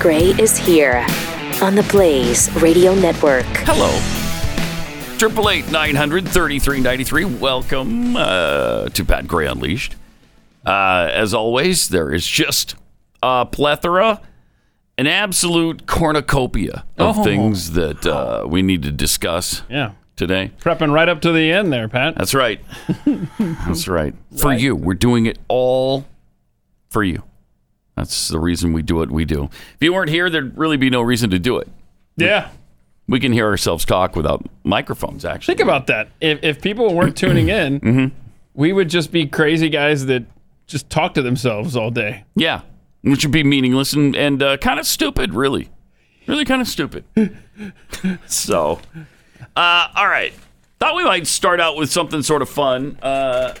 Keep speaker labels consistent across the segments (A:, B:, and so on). A: Gray is here on the Blaze Radio Network.
B: Hello. 888 900 3393. Welcome uh, to Pat Gray Unleashed. Uh, as always, there is just a plethora, an absolute cornucopia of
C: Oh.
B: things that uh, we need to discuss
C: Yeah.
B: today.
C: Prepping right up to the end there, Pat.
B: That's right. That's right. For you. We're doing it all for you. That's the reason we do what we do. If you weren't here, there'd really be no reason to do it.
C: Yeah.
B: We can hear ourselves talk without microphones, actually.
C: Think about that. If, if people weren't tuning in,
B: Mm-hmm.
C: we would just be crazy guys that just talk to themselves all day.
B: Yeah, which would be meaningless and, and uh, kind of stupid, really. Really kind of stupid. so, uh, all right. Thought we might start out with something sort of fun. Uh,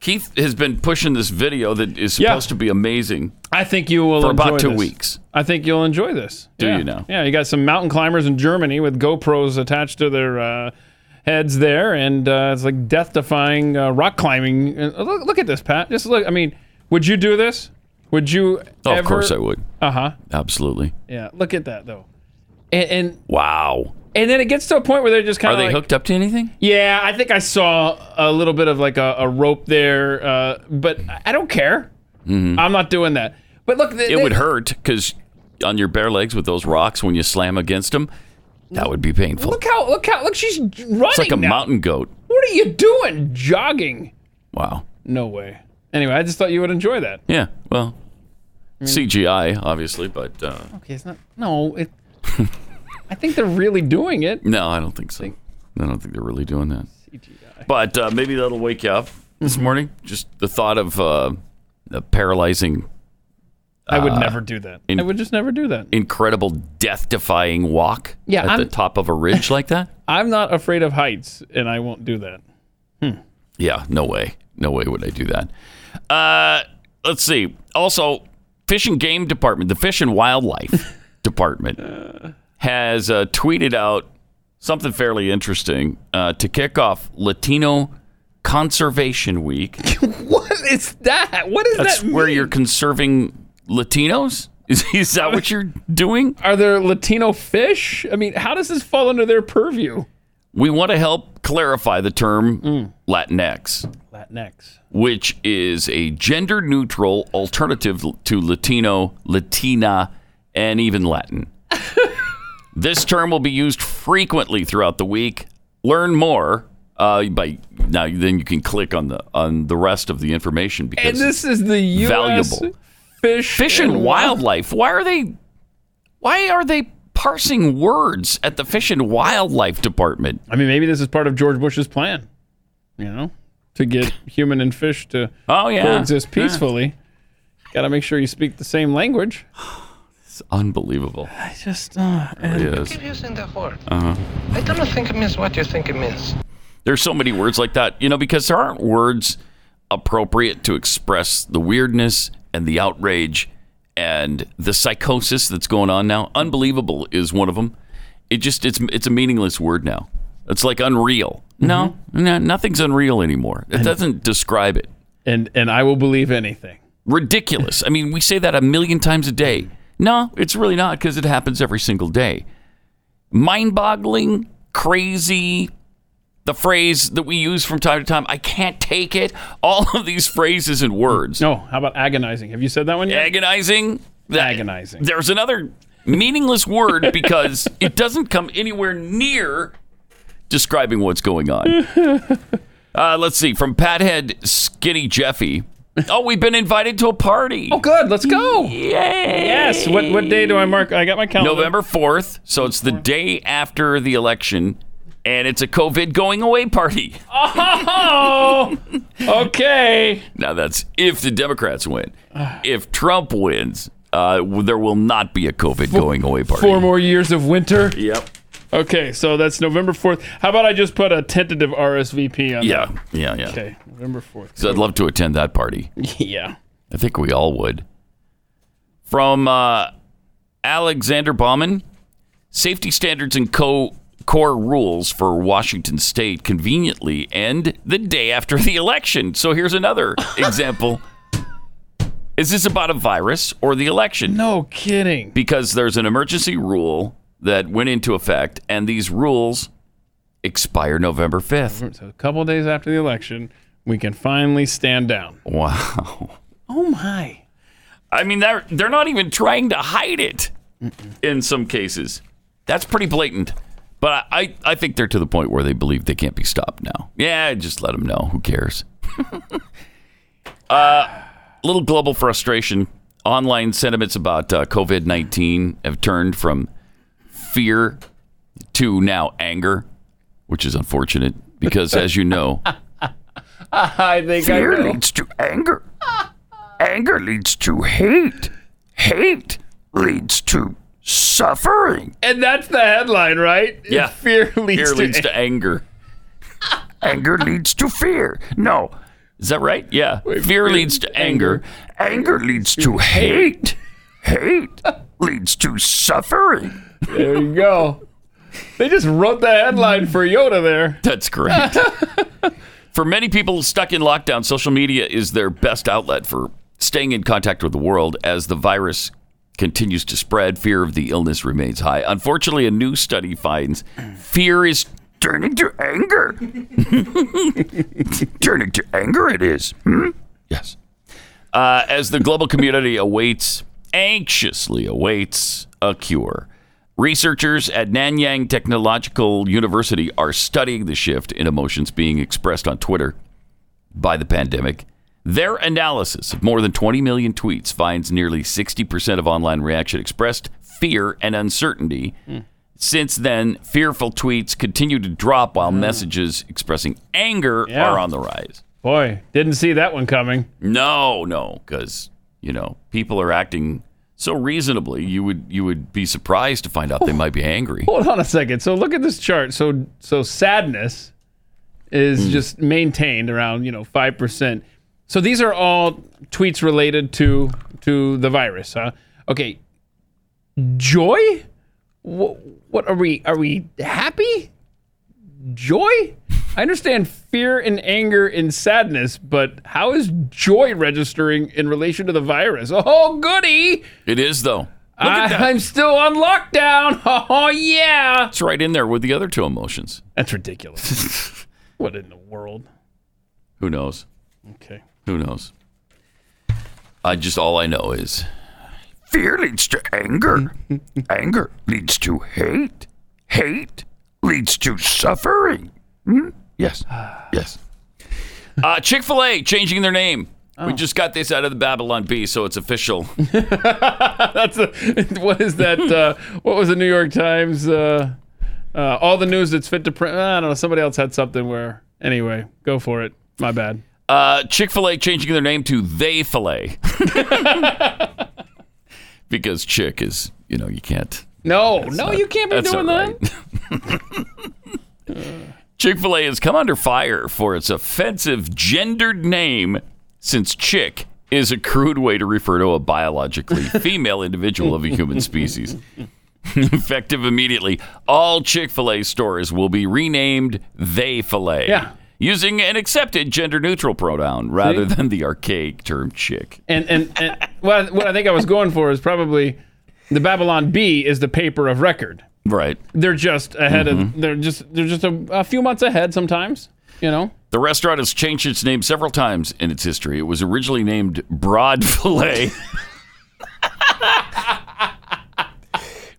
B: Keith has been pushing this video that is
C: Yeah.
B: supposed to be amazing.
C: I think you will
B: For
C: enjoy
B: about two
C: this.
B: weeks.
C: I think you'll enjoy this.
B: Do
C: yeah.
B: you now?
C: Yeah, you got some mountain climbers in Germany with GoPros attached to their uh, heads there, and uh, it's like death-defying uh, rock climbing. And look, look at this, Pat. Just look. I mean, would you do this? Would you?
B: Oh, of course I would.
C: Uh huh.
B: Absolutely.
C: Yeah. Look at that though. And, and
B: Wow.
C: and then it gets to a point where they're just kind
B: Are
C: of
B: they
C: like,
B: hooked up to anything?
C: Yeah, I think I saw a little bit of like a, a rope there, uh, but I- I don't care. I'm not doing that. But look, they,
B: Mm-hmm. It
C: they-
B: would hurt because on your bare legs with those rocks when you slam against them, that would be painful.
C: Look how look how look she's running.
B: it's like a
C: now.
B: mountain goat.
C: What are you doing? Jogging?
B: Wow.
C: No way. Anyway, I just thought you would enjoy that.
B: Yeah. Well, CGI, obviously, but uh,
C: Okay, it's not. No, it. I think they're really doing it.
B: no, I don't think so. I don't think they're really doing that. But uh, maybe that'll wake you up this
C: Mm-hmm.
B: morning. Just the thought of uh, a paralyzing,
C: I
B: Uh,
C: would never do that. I would just never do that.
B: incredible, death-defying walk
C: Yeah,
B: at the
C: I'm-
B: top of a ridge like that.
C: I'm not afraid of heights, and I won't do that.
B: Yeah, no way. No way would I do that. Uh, let's see. Also, Fish and Game Department, the Fish and Wildlife Department, has uh, tweeted out something fairly interesting uh, to kick off Latino Conservation Week.
C: What is that? What is
B: That's
C: that?
B: where you're conserving Latinos? Is, is that what you're doing?
C: Are there Latino fish? I mean, how does this fall under their purview?
B: We want to help clarify the term
C: Mm.
B: Latinx.
C: Latinx.
B: which is a gender neutral alternative to Latino, Latina, and even Latin. this term will be used frequently throughout the week. Learn more uh, by now. Then you can click on the on the rest of the information
C: And
B: because
C: this is the U.S.
B: Valuable.
C: Fish,
B: fish and
C: Wild-
B: wildlife. Why are they? Why are they parsing words at the fish and wildlife department?
C: I mean, maybe this is part of George Bush's plan, you know, to get human and fish to
B: Oh yeah,
C: coexist peacefully. Got to make sure you speak the same language.
B: It's unbelievable.
C: I just, uh,
B: It is.
D: keep using that word. I don't think it means what you think it means.
B: There's so many words like that, you know, because there aren't words appropriate to express the weirdness and the outrage and the psychosis that's going on now. Unbelievable is one of them. It just it's it's a meaningless word now. It's like unreal. No, no, nothing's unreal anymore. It doesn't describe it.
C: and and I will believe anything.
B: Ridiculous. I mean, we say that a million times a day. No, it's really not because it happens every single day. Mind boggling, crazy, the phrase that we use from time to time, I can't take it. All of these phrases and words.
C: No, how about agonizing? Have you said that one yet?
B: Agonizing. that-
C: Agonizing.
B: There's another meaningless word because it doesn't come anywhere near describing what's going on. Uh, let's see. From Pathead Skinny Jeffy. Oh, we've been invited to a party.
C: oh, good. Let's go.
B: Yay!
C: Yes. What what day do I mark? I got my calendar.
B: November 4th. So it's the day after the election, and it's a COVID going away party.
C: Oh. okay.
B: Now, that's if the Democrats win. If Trump wins, uh, there will not be a COVID going away party.
C: Four more years of winter.
B: Yep.
C: Okay, so that's November 4th. How about I just put a tentative RSVP on
B: Yeah.
C: that?
B: Yeah. Yeah.
C: Okay, November 4th.
B: So I'd love to attend that party.
C: yeah.
B: I think we all would. From uh, Alexander Bauman, safety standards and co- core rules for Washington State conveniently end the day after the election. So here's another example Is this about a virus or the election?
C: No kidding.
B: because there's an emergency rule that went into effect, and these rules expire November 5th.
C: So a couple days after the election, we can finally stand down.
B: Wow.
C: Oh my.
B: I mean, they're, they're not even trying to hide it in some cases. That's pretty blatant. But I, I, I think they're to the point where they believe they can't be stopped now. Yeah, just let them know. Who cares? uh, little global frustration. Online sentiments about uh, COVID 19 have turned from fear to now anger, which is unfortunate because, as you know,
C: I think
B: Fear leads to anger. anger leads to hate. Hate leads to suffering.
C: And that's the headline, right?
B: Yeah.
C: Fear leads,
B: Fear
C: to,
B: leads to anger. anger leads to fear. No. Is that right? Yeah. fear leads to anger. Anger leads to hate. Hate leads to suffering.
C: There you go. They just wrote the headline for Yoda there.
B: That's great. for many people stuck in lockdown, social media is their best outlet for staying in contact with the world as the virus continues to spread. Fear of the illness remains high. Unfortunately, a new study finds fear is turning to anger. turning to anger, it is. Hmm? Yes. Uh, as the global community awaits, anxiously awaits a cure. Researchers at Nanyang Technological University are studying the shift in emotions being expressed on Twitter by the pandemic. Their analysis of more than 20 million tweets finds nearly 60% of online reaction expressed fear and uncertainty. Since then, fearful tweets continue to drop while messages expressing anger
C: Yeah.
B: are on the rise.
C: Boy, didn't see that one coming.
B: No, no, because you know people are acting so reasonably. You would you would be surprised to find out they might be angry.
C: Hold on a second. So look at this chart. So so sadness is
B: Hmm.
C: just maintained around, you know, 5%. So these are all tweets related to to the virus, huh? Okay. Joy? What, what are we are we happy? Joy? I understand fear and anger and sadness, but how is joy registering in relation to the virus? Oh, goody!
B: It is though. Look at that.
C: I'm still on lockdown. Oh yeah.
B: It's right in there with the other two emotions.
C: That's ridiculous. what in the world?
B: Who knows?
C: Okay.
B: Who knows? I just all I know is fear leads to anger. anger leads to hate. Hate leads to suffering. Hmm? Yes. yes. Uh, Chick fil A changing their name. We just got this out of the Babylon Bee, so it's official.
C: That's a, what is that? Uh, what was the New York Times? Uh, uh, all the news that's fit to print. I don't know. Somebody else had something where. Anyway, go for it. My bad.
B: Uh, Chick fil A changing their name to They Filet. because Chick is, you know, you can't.
C: No, no, you can't be
B: That's
C: doing
B: not
C: that.
B: right. Chick fil A has come under fire for its offensive gendered name since chick is a crude way to refer to a biologically female individual of a human species. Effective immediately, all Chick fil A stores will be renamed They Filet.
C: Yeah.
B: Using an accepted gender neutral pronoun rather than the archaic term chick.
C: And and, and what, I, what I think I was going for is probably the Babylon B is the paper of record.
B: Right.
C: They're just ahead of. They're just they're just a, a few months ahead sometimes. You know.
B: The restaurant has changed its name several times in its history. It was originally named Broad Filet.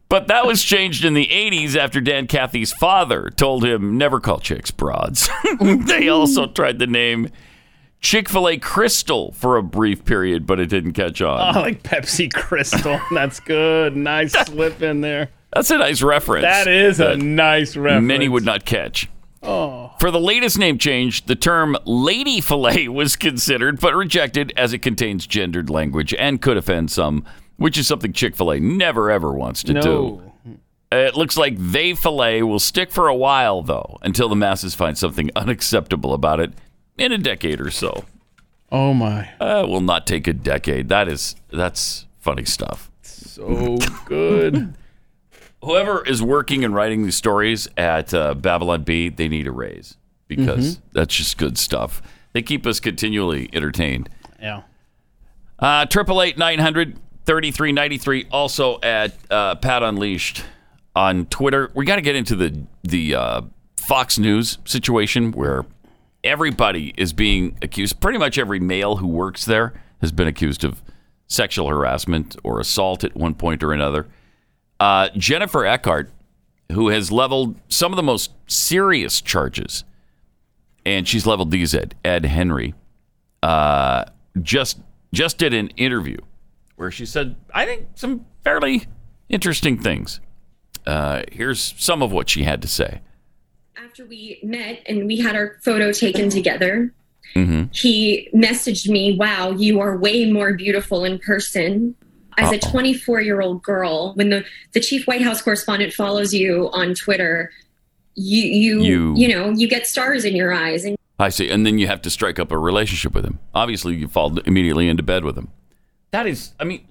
B: but that was changed in the 80s after Dan Cathy's father told him never call chicks broads. they also tried the name Chick fil A Crystal for a brief period, but it didn't catch on.
C: I like Pepsi Crystal. That's good. Nice slip in there.
B: That's a nice reference.
C: That is a nice reference. Oh.
B: many would not catch. For the latest name change, the term lady fillet was considered but rejected as it contains gendered language and could offend some, which is something Chick fil A never ever wants to do.
C: No.
B: It looks like they fillet will stick for a while, though, until the masses find something unacceptable about it in a decade or so.
C: Oh my.
B: Uh, will not take a decade. That is, that's funny stuff.
C: So good.
B: whoever is working and writing these stories at uh, Babylon B, they need a raise because that's just good stuff. They keep us continually entertained.
C: yeah.
B: Uh, Triple eight nine hundred thirty three ninety three. Also at uh, Pat Unleashed on Twitter. We got to get into the the uh, Fox News situation where everybody is being accused. Pretty much every male who works there has been accused of sexual harassment or assault at one point or another. Uh, Jennifer Eckhart, who has leveled some of the most serious charges, and she's leveled these at Ed Henry. Uh, just just did an interview where she said, I think some fairly interesting things. Uh, here's some of what she had to say.
E: after we met and we had our photo taken together, he messaged me, Wow, you are way more beautiful in person. As a 24 year old girl, when the, the chief White House correspondent follows you on Twitter, you, you,
B: You-
E: you, know, you get stars in your eyes and
B: I see. And then you have to strike up a relationship with him. Obviously, you fall immediately into bed with him. That is, I mean,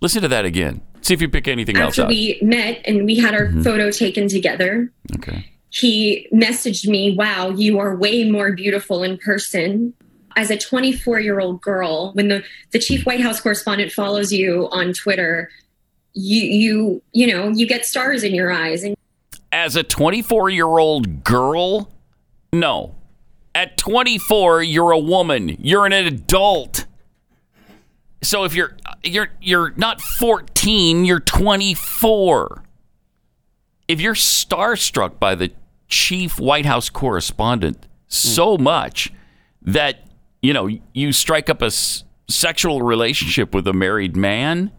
B: listen to that again. See if you pick anything else
E: after
B: out.
E: we met and we had our photo taken together,
B: okay.
E: he messaged me, Wow, you are way more beautiful in person. As a 24 year old girl, when the, the chief White House correspondent follows you on Twitter, you, you, you know, you get stars in your eyes. And
B: As a 24 year old girl? No. At 24, you're a woman. You're an adult. So if you're you're you're not 14, you're 24. If you're starstruck by the chief White House correspondent so much that you know you strike up a s- sexual relationship with a married man,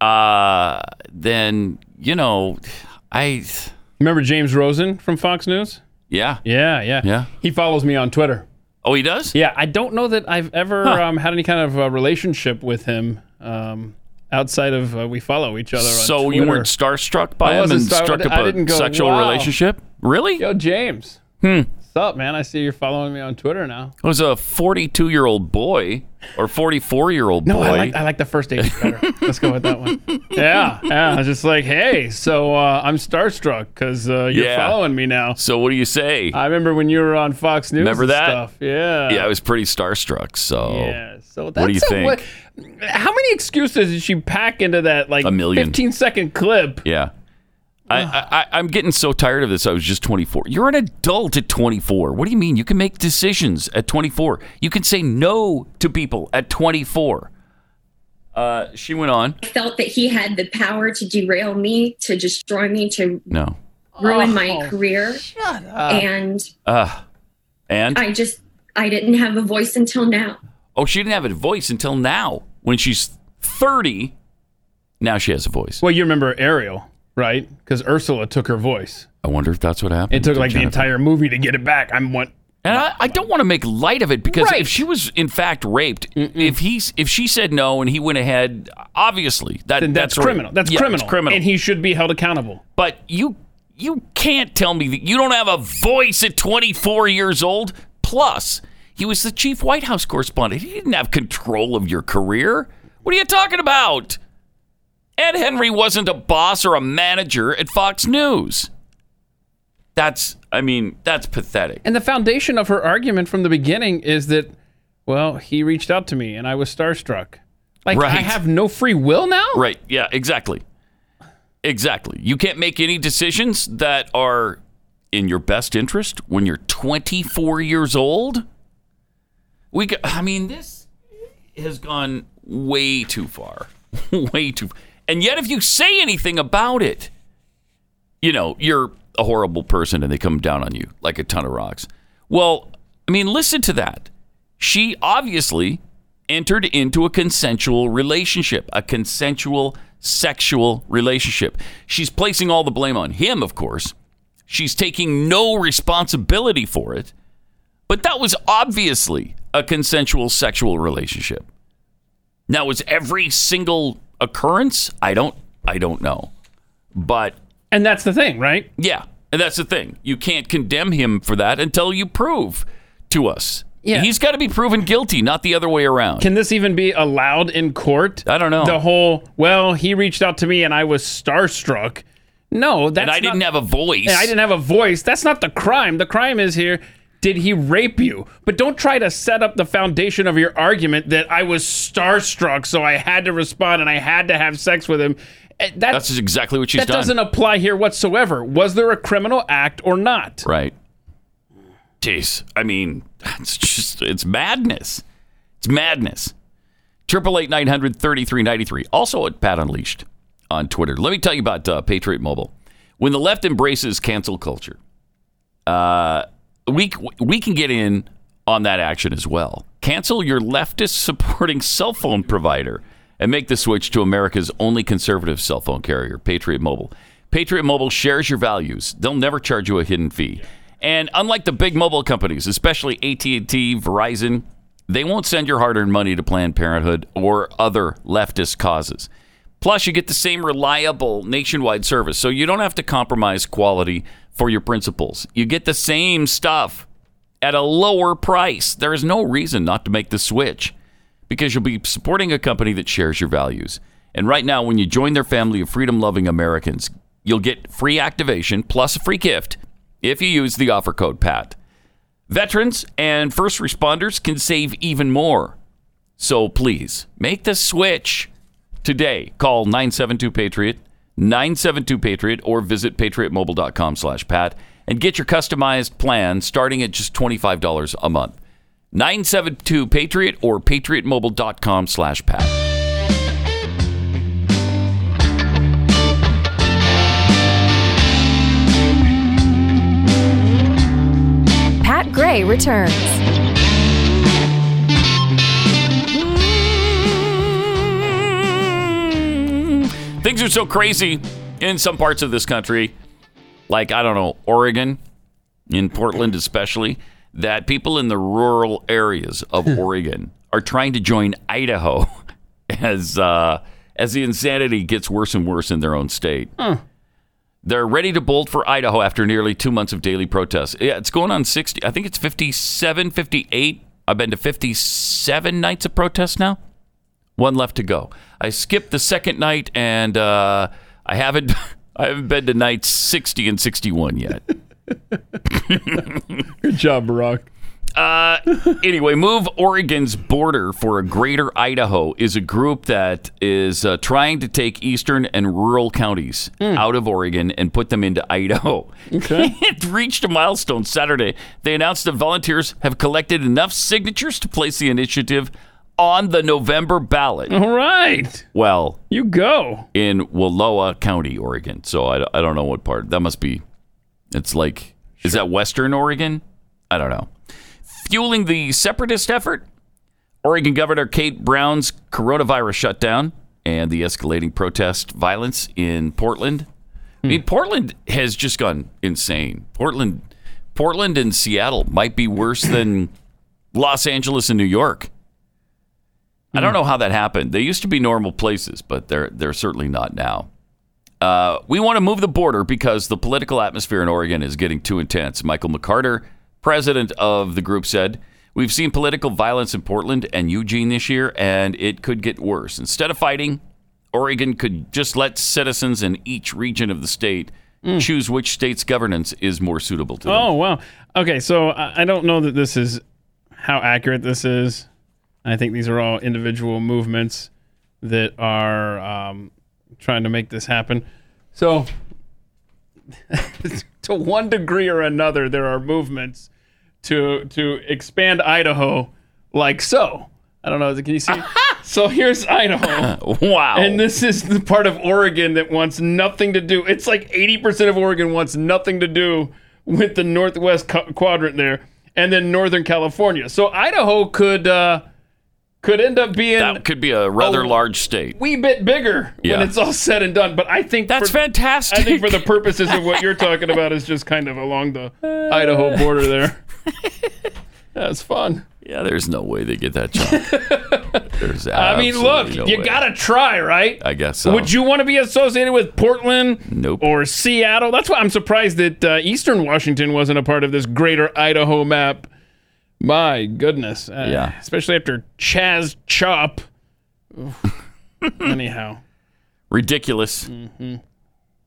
B: uh, then you know I
C: Remember James Rosen from Fox News?
B: yeah
C: Yeah, yeah,
B: Yeah.
C: He follows me on Twitter.
B: oh he does
C: Yeah, I don't know that I've ever um, had any kind of uh, relationship with him um, outside of uh, we follow each other. On
B: So you
C: Twitter.
B: weren't starstruck by
C: I
B: him and
C: wasn't star-
B: struck up
C: I didn't
B: a
C: go,
B: sexual
C: "Wow."
B: relationship? Really? It
C: Yo, James. Hmm. What's up, man? I see you're following me on Twitter now.
B: was a 42 year old boy or 44 year old
C: No,
B: boy.
C: I like, I like the first date better. Let's go with that one. Yeah, yeah. I was just like, hey, so uh, I'm starstruck because uh, you're
B: Yeah.
C: following me now.
B: so what do you say?
C: I uh, remember when you were on Fox News.
B: Remember
C: and
B: that?
C: Stuff. Yeah.
B: yeah, I was pretty starstruck. So
C: Yeah. So that's
B: do you
C: a
B: think?
C: wa- how many excuses did she pack into that like
B: A million.
C: 15 second clip?
B: Yeah. I, I, I- I'm getting so tired of this. I was just 24. You're an adult at 24. What do you mean? You can make decisions at 24. You can say no to people at 24. Uh, she went on.
E: I felt that he had the power to derail me, to destroy me, to
B: No.
E: ruin my
F: Oh,
E: career. And
B: Uh, and?
E: I just, I didn't have a voice until now.
B: Oh, she didn't have a voice until now. When she's 30, now she has a voice.
C: Well, you remember Ariel, right? Because Ursula took her voice.
B: I wonder if that's what happened.
C: It took
B: to
C: like the
B: Jennifer.
C: entire movie to get it back. I'm one.
B: And I, I don't want to make light of it because
C: Right.
B: if she was in fact raped, if he's if she said no and he went ahead, obviously that
C: Then that's,
B: rape.
C: criminal. That's
B: Yeah, it's
C: criminal.
B: criminal.
C: And he should be held accountable.
B: but you you can't tell me that you don't have a voice at 24 years old. Plus, he was the chief White House correspondent. He didn't have control of your career. What are you talking about? Ed Henry wasn't a boss or a manager at Fox News. That's I mean, that's pathetic.
C: And the foundation of her argument from the beginning is that, well, he reached out to me and I was starstruck. Like I
B: Right.
C: have no free will now.
B: Right. Yeah, exactly. Exactly. You can't make any decisions that are in your best interest when you're 24 years old. We go, I mean this has gone way too far. way too And yet if you say anything about it, you know, you're a horrible person and they come down on you like a ton of rocks. Well, I mean, listen to that. She obviously entered into a consensual relationship, a consensual sexual relationship. She's placing all the blame on him, of course. She's taking no responsibility for it. But that was obviously a consensual sexual relationship. Now was every single occurrence? I don't I don't know. But
C: And that's the thing, right?
B: yeah, and that's the thing. You can't condemn him for that until you prove to us.
C: Yeah.
B: He's got to be proven guilty, not the other way around.
C: Can this even be allowed in court?
B: I don't know.
C: The whole well, he reached out to me and I was starstruck. No, that's
B: and I didn't
C: not,
B: have a voice.
C: and I didn't have a voice. That's not the crime. The crime is here. did he rape you? But don't try to set up the foundation of your argument that I was starstruck, so I had to respond and I had to have sex with him. Eh, That,
B: That's exactly what she's
C: that
B: done.
C: doesn't apply here whatsoever. Was there a criminal act or not?
B: Right. Jeez. I mean, it's just, it's madness. It's madness. Triple eight nine hundred thirty three ninety three. Also at Pat Unleashed on Twitter. Let me tell you about uh, Patriot Mobile. When the left embraces cancel culture, uh, we we can get in on that action as well. Cancel your leftist supporting cell phone provider and make the switch to America's only conservative cell phone carrier, Patriot Mobile. Patriot Mobile shares your values. They'll never charge you a hidden fee. And unlike the big mobile companies, especially AT&T, Verizon, they won't send your hard-earned money to Planned Parenthood or other leftist causes. Plus, you get the same reliable nationwide service, so you don't have to compromise quality for your principles. You get the same stuff at a lower price. There is no reason not to make the switch because you'll be supporting a company that shares your values. And right now, when you join their family of freedom loving Americans, you'll get free activation plus a free gift if you use the offer code PAT. Veterans and first responders can save even more. So please make the switch today. Call 972 Patriot, 972 Patriot, or visit patriotmobile.com slash Pat and get your customized plan starting at just $25 a month. 972 Patriot or patriotmobile.com slash Pat.
G: Pat Gray returns.
B: Things are so crazy in some parts of this country, like, I don't know, Oregon, in Portland especially, that people in the rural areas of Oregon are trying to join Idaho as, uh, as the insanity gets worse and worse in their own state. They're ready to bolt for Idaho after nearly two months of daily protests. Yeah, it's going on 60, I think it's 57, 58. I've been to 57 nights of protest now. One left to go. I skipped the second night, and uh, I haven't, I haven't been to nights 60 and 61 yet.
C: Good job, Barack.
B: anyway, Move Oregon's Border for a Greater Idaho is a group that is uh, trying to take eastern and rural counties out of Oregon and put them into Idaho.
C: Okay.
B: it reached a milestone Saturday. They announced that volunteers have collected enough signatures to place the initiative on the November ballot.
C: All right.
B: Well,
C: You go.
B: in Wallowa County, Oregon. So I, I don't know what part. That must be, it's like, is that Western Oregon? I don't know. Fueling the separatist effort, Oregon Governor Kate Brown's coronavirus shutdown and the escalating protest violence in Portland. I mean, Portland has just gone insane. Portland, Portland and Seattle might be worse than Los Angeles and New York. I
C: Hmm.
B: don't know how that happened. They used to be normal places, but they're they're certainly not now. Uh, we want to move the border because the political atmosphere in Oregon is getting too intense. Michael McCarter, president of the group, said, "We've seen political violence in Portland and Eugene this year, and it could get worse. Instead of fighting, Oregon could just let citizens in each region of the state
C: Hmm.
B: choose which state's governance is more suitable to them."
C: Oh, wow. Okay, so I I don't know that this is how accurate this is. I think these are all individual movements that are um, trying to make this happen. So, to one degree or another, there are movements to to expand Idaho, like so. I don't know. Can you see? so here's Idaho.
B: Wow!
C: And this is the part of Oregon that wants nothing to do. It's like 80% of Oregon wants nothing to do with the Northwest cu- quadrant there, and then Northern California. So Idaho could uh, could end up being
B: that could be a rather
C: Oh.
B: large state.
C: wee bit bigger
B: Yeah.
C: when it's all said and done. But I think
B: That's
C: for-
B: fantastic.
C: I think for the purposes of what you're talking about is just kind of along the Idaho border there. That's fun.
B: Yeah, there's no way they get that job. there's
C: I mean, look,
B: absolutely no
C: you
B: way.
C: gotta try, right?
B: I guess so.
C: Would you want to be associated with Portland?
B: Nope.
C: Or Seattle? That's why I'm surprised that uh, Eastern Washington wasn't a part of this greater Idaho map. My goodness. Uh,
B: Yeah.
C: Especially after Chaz Chop. Anyhow. Mm-hmm.
B: Ridiculous.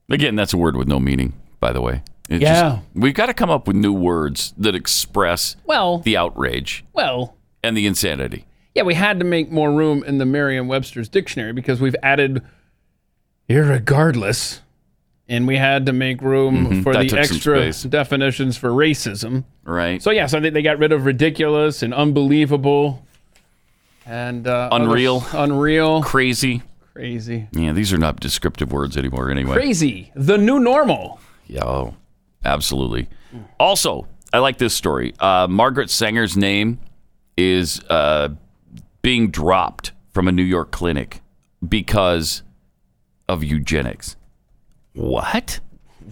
B: Again, that's a word with no meaning, by the way. It
C: Yeah.
B: just- we've got to come up with new words that express
C: Well,
B: the outrage
C: well,
B: and the insanity.
C: yeah, we had to make more room in the Merriam-Webster's dictionary because we've added irregardless, and we had to make room
B: Mm-hmm.
C: for
B: That
C: the
B: took some
C: extra
B: space.
C: definitions for racism.
B: Right.
C: So yeah, so they, they got rid of ridiculous and unbelievable, and uh, other-
B: Unreal.
C: unreal,
B: crazy.
C: crazy,
B: Yeah, these are not descriptive words anymore anyway.
C: crazy, the new normal.
B: Yeah, oh, absolutely. Also, I like this story. Uh, Margaret Sanger's name is uh, being dropped from a New York clinic because of eugenics. What?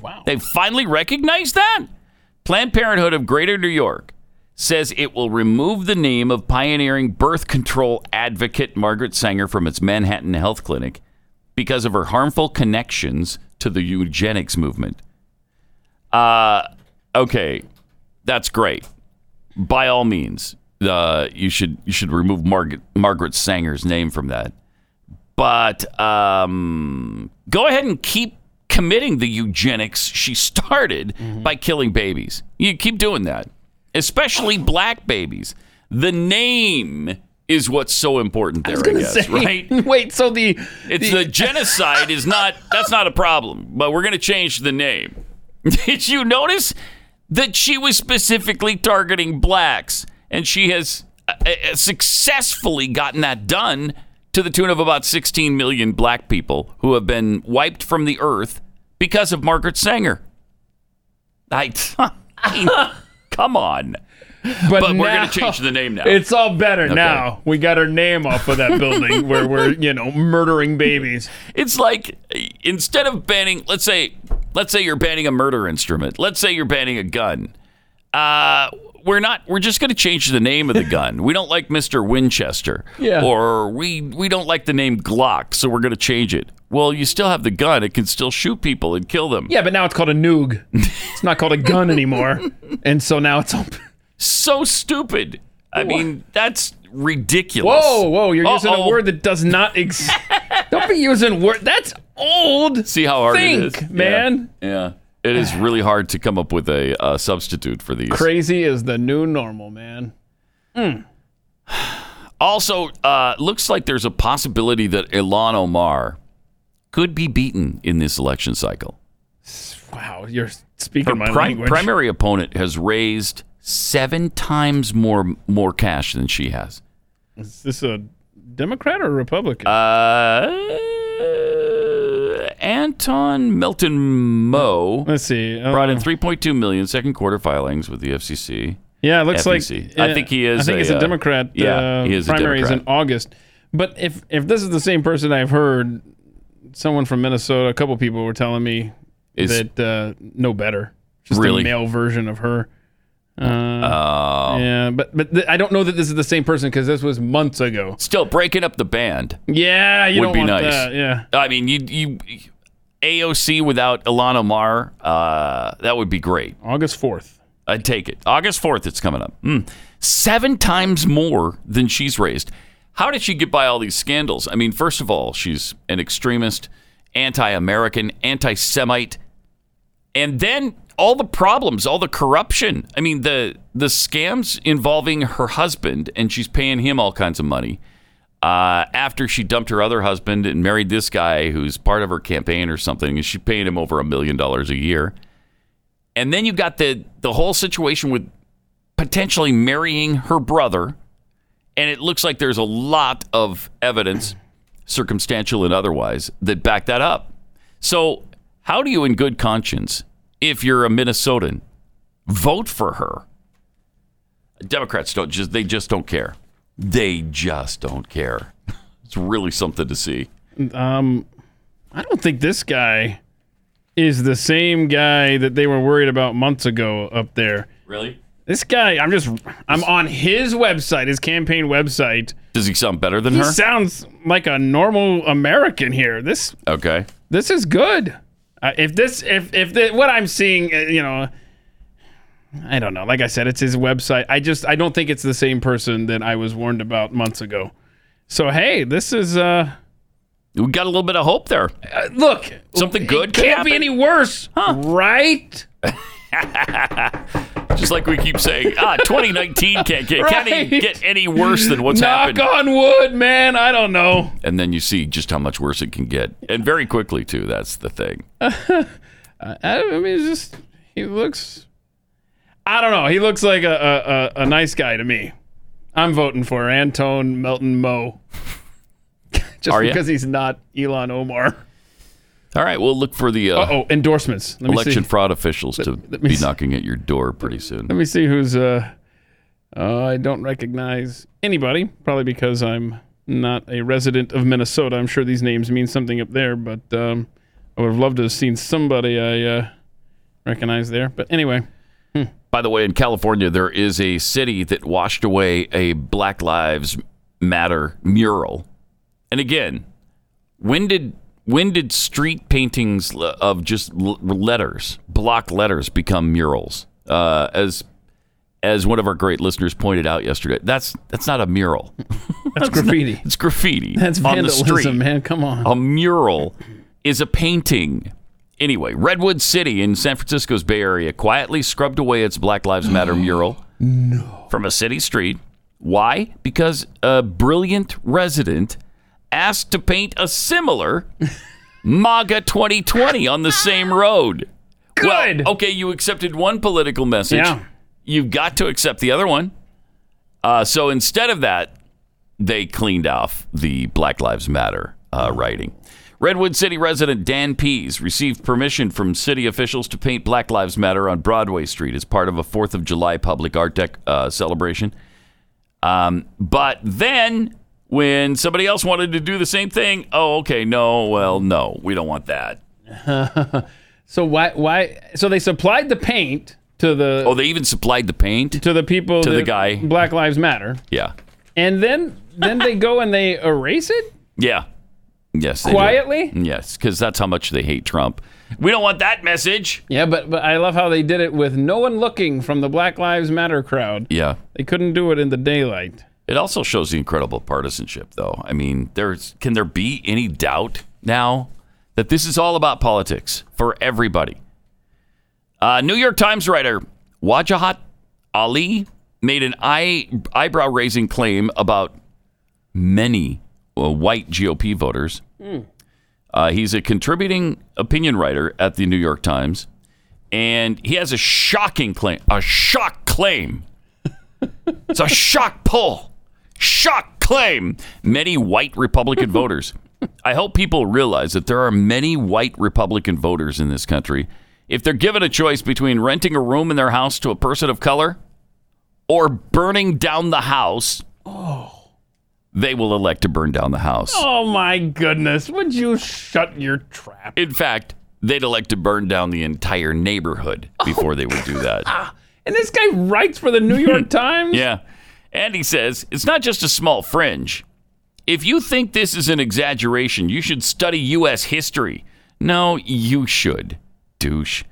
C: Wow.
B: They finally recognized that. Planned Parenthood of Greater New York says it will remove the name of pioneering birth control advocate Margaret Sanger from its Manhattan health clinic because of her harmful connections to the eugenics movement. Uh, okay, that's great. By all means, uh, you should you should remove Margaret Margaret Sanger's name from that. But um, go ahead and keep committing the eugenics she started by killing babies. You keep doing that, especially black babies. The name is what's so important there, I, guess, right?
C: Wait, so the
B: It's the genocide is not that's not a problem, but we're going to change the name. Did you notice that she was specifically targeting blacks and she has uh, uh, successfully gotten that done to the tune of about 16 million black people who have been wiped from the earth because of Margaret Sanger. I, I- come on. But we're
C: now-
B: going to change the name now.
C: It's all better now. We got her name off of that building where we're, you know, murdering babies.
B: It's like instead of banning, let's say, let's say you're banning a murder instrument. Let's say you're banning a gun. Uh, we're not. We're just going to change the name of the gun. We don't like Mister Winchester,
C: Yeah.
B: or we we don't like the name Glock, so we're going to change it. Well, you still have the gun. It can still shoot people and kill them.
C: Yeah, but now it's called a noog. It's not called a gun anymore. And so now it's all.
B: So stupid. I mean, that's ridiculous.
C: Whoa, whoa, you're using a
B: Uh-oh.
C: word that does not exist. Don't be using word. That's old.
B: See how hard it
C: Think,
B: is,
C: man.
B: Yeah. yeah. It is really hard to come up with a, uh substitute for these.
C: Crazy is the new normal, man.
B: Also, uh, looks like there's a possibility that Ilan Omar could be beaten in this election cycle.
C: Wow, you're speaking
B: Her
C: my
B: pri-
C: language.
B: primary opponent has raised seven times more more cash than she has.
C: is this a Democrat or Republican?
B: Uh, Anton Milton Moe
C: Let's see. Oh,
B: brought in 3.2 million second quarter filings with the FCC.
C: Yeah, it looks
B: FEC.
C: like
B: E I think he is
C: I think
B: a,
C: he's a
B: uh,
C: Democrat.
B: yeah,
C: uh,
B: he is a
C: primary is in
B: Democrat.
C: August. But if if this is the same person I've heard, someone from Minnesota, a couple people were telling me
B: Is-
C: that uh, no better, just
B: Really? Oh.
C: a male version of her. Uh, yeah, but but th- I don't know that this is the same person because this was months ago.
B: Still breaking up the band.
C: Yeah, you
B: Would
C: don't
B: be
C: want
B: nice.
C: that. Yeah,
B: I mean, you you AOC without Ilan Omar, uh, that would be great.
C: August fourth.
B: I'd take it. August 4th, it's coming up. Mm. Seven times more than she's raised. How did she get by all these scandals? I mean, first of all, she's an extremist, anti American, anti Semite. And then all the problems, all the corruption. I mean, the, the scams involving her husband, and she's paying him all kinds of money. Uh, after she dumped her other husband and married this guy who's part of her campaign or something, and she's paying him over a million dollars a year. And then you've got the the whole situation with potentially marrying her brother, and it looks like there's a lot of evidence, circumstantial and otherwise, that back that up. So, how do you, in good conscience, if you're a Minnesotan, vote for her? Democrats don't just they just don't care. They just don't care. It's really something to see.
C: Um, I don't think this guy is the same guy that they were worried about months ago up there.
B: Really?
C: This guy, I'm just, I'm on his website, his campaign website.
B: Does he sound better than
C: He
B: her?
C: sounds like a normal American here. This,
B: Okay.
C: this is good. Uh, if this, if if the, what I'm seeing, uh, you know, I don't know. Like I said, it's his website. I just, I don't think it's the same person that I was warned about months ago. So hey, this is, uh,
B: We got a little bit of hope there.
C: Look,
B: Something good
C: it
B: could
C: can't
B: happen.
C: be any worse, right?
B: Just like we keep saying, ah, 2019 can't get, can't even
C: Right.
B: get any worse than what's
C: Knock
B: happened.
C: on wood, man. I don't know.
B: And then you see just how much worse it can get. And very quickly, too. That's the thing.
C: I, I mean, it's just he looks. I don't know. He looks like a a, a, a nice guy to me. I'm voting for Antone Melton Moe. Just
B: Are ya?
C: because he's not Elon Omar.
B: All right, we'll look for the uh,
C: Uh oh, endorsements. Let me
B: election
C: see.
B: fraud officials to
C: let me
B: be
C: see.
B: knocking at your door pretty soon.
C: Let me see who's. Uh, uh, I don't recognize anybody. Probably because I'm not a resident of Minnesota. I'm sure these names mean something up there, but um, I would have loved to have seen somebody I uh, recognize there. But anyway.
B: By the way, in California, there is a city that washed away a Black Lives Matter mural. And again, when did when did street paintings l- of just l- letters, block letters, become murals? Uh, as as one of our great listeners pointed out yesterday, that's that's not a mural.
C: That's graffiti.
B: It's graffiti.
C: That's
B: on the
C: vandalism,
B: street. Oh,
C: man. Come on.
B: a mural is a painting. Anyway, Redwood City in San Francisco's Bay Area quietly scrubbed away its Black Lives Matter mural from a city street. Why? Because a brilliant resident asked to paint a similar MAGA 2020 on the same road.
C: Good.
B: Well, okay, you accepted one political message.
C: Yeah.
B: You've got to accept the other one. Uh, so instead of that, they cleaned off the Black Lives Matter uh, writing. Redwood City resident Dan Pease received permission from city officials to paint Black Lives Matter on Broadway Street as part of a 4th of July public art dec- uh, celebration. Um, but then when somebody else wanted to do the same thing, oh, okay, no, well, no, we don't want that.
C: So why why so they supplied the paint to the
B: Oh, they even supplied the paint?
C: to the people
B: to the
C: that-
B: guy.
C: Black Lives Matter.
B: Yeah.
C: And then then they go and they erase it
B: Yeah. Yes. they did.
C: quietly?
B: Yes, because that's how much they hate Trump. We don't want that message.
C: Yeah, but but I love how they did it with no one looking from the Black Lives Matter crowd.
B: Yeah.
C: They couldn't do it in the daylight.
B: It also shows the incredible partisanship, though. I mean, there's can there be any doubt now that this is all about politics for everybody? Uh, New York Times writer Wajahat Ali made an eye, eyebrow-raising claim about many uh, white GOP voters. Uh, he's a contributing opinion writer at the New York Times, and he has a shocking claim, a shock claim. It's a shock pull, shock claim. Many white Republican voters. I hope people realize that there are many white Republican voters in this country. If they're given a choice between renting a room in their house to a person of color or burning down the house, they will elect to burn down the house.
C: Oh my goodness. Would you shut your trap?
B: In fact, they'd elect to burn down the entire neighborhood before they would do that.
C: And this guy writes for the New York Times?
B: Yeah. And he says, it's not just a small fringe. If you think this is an exaggeration, you should study U.S. history. No, you should, douche.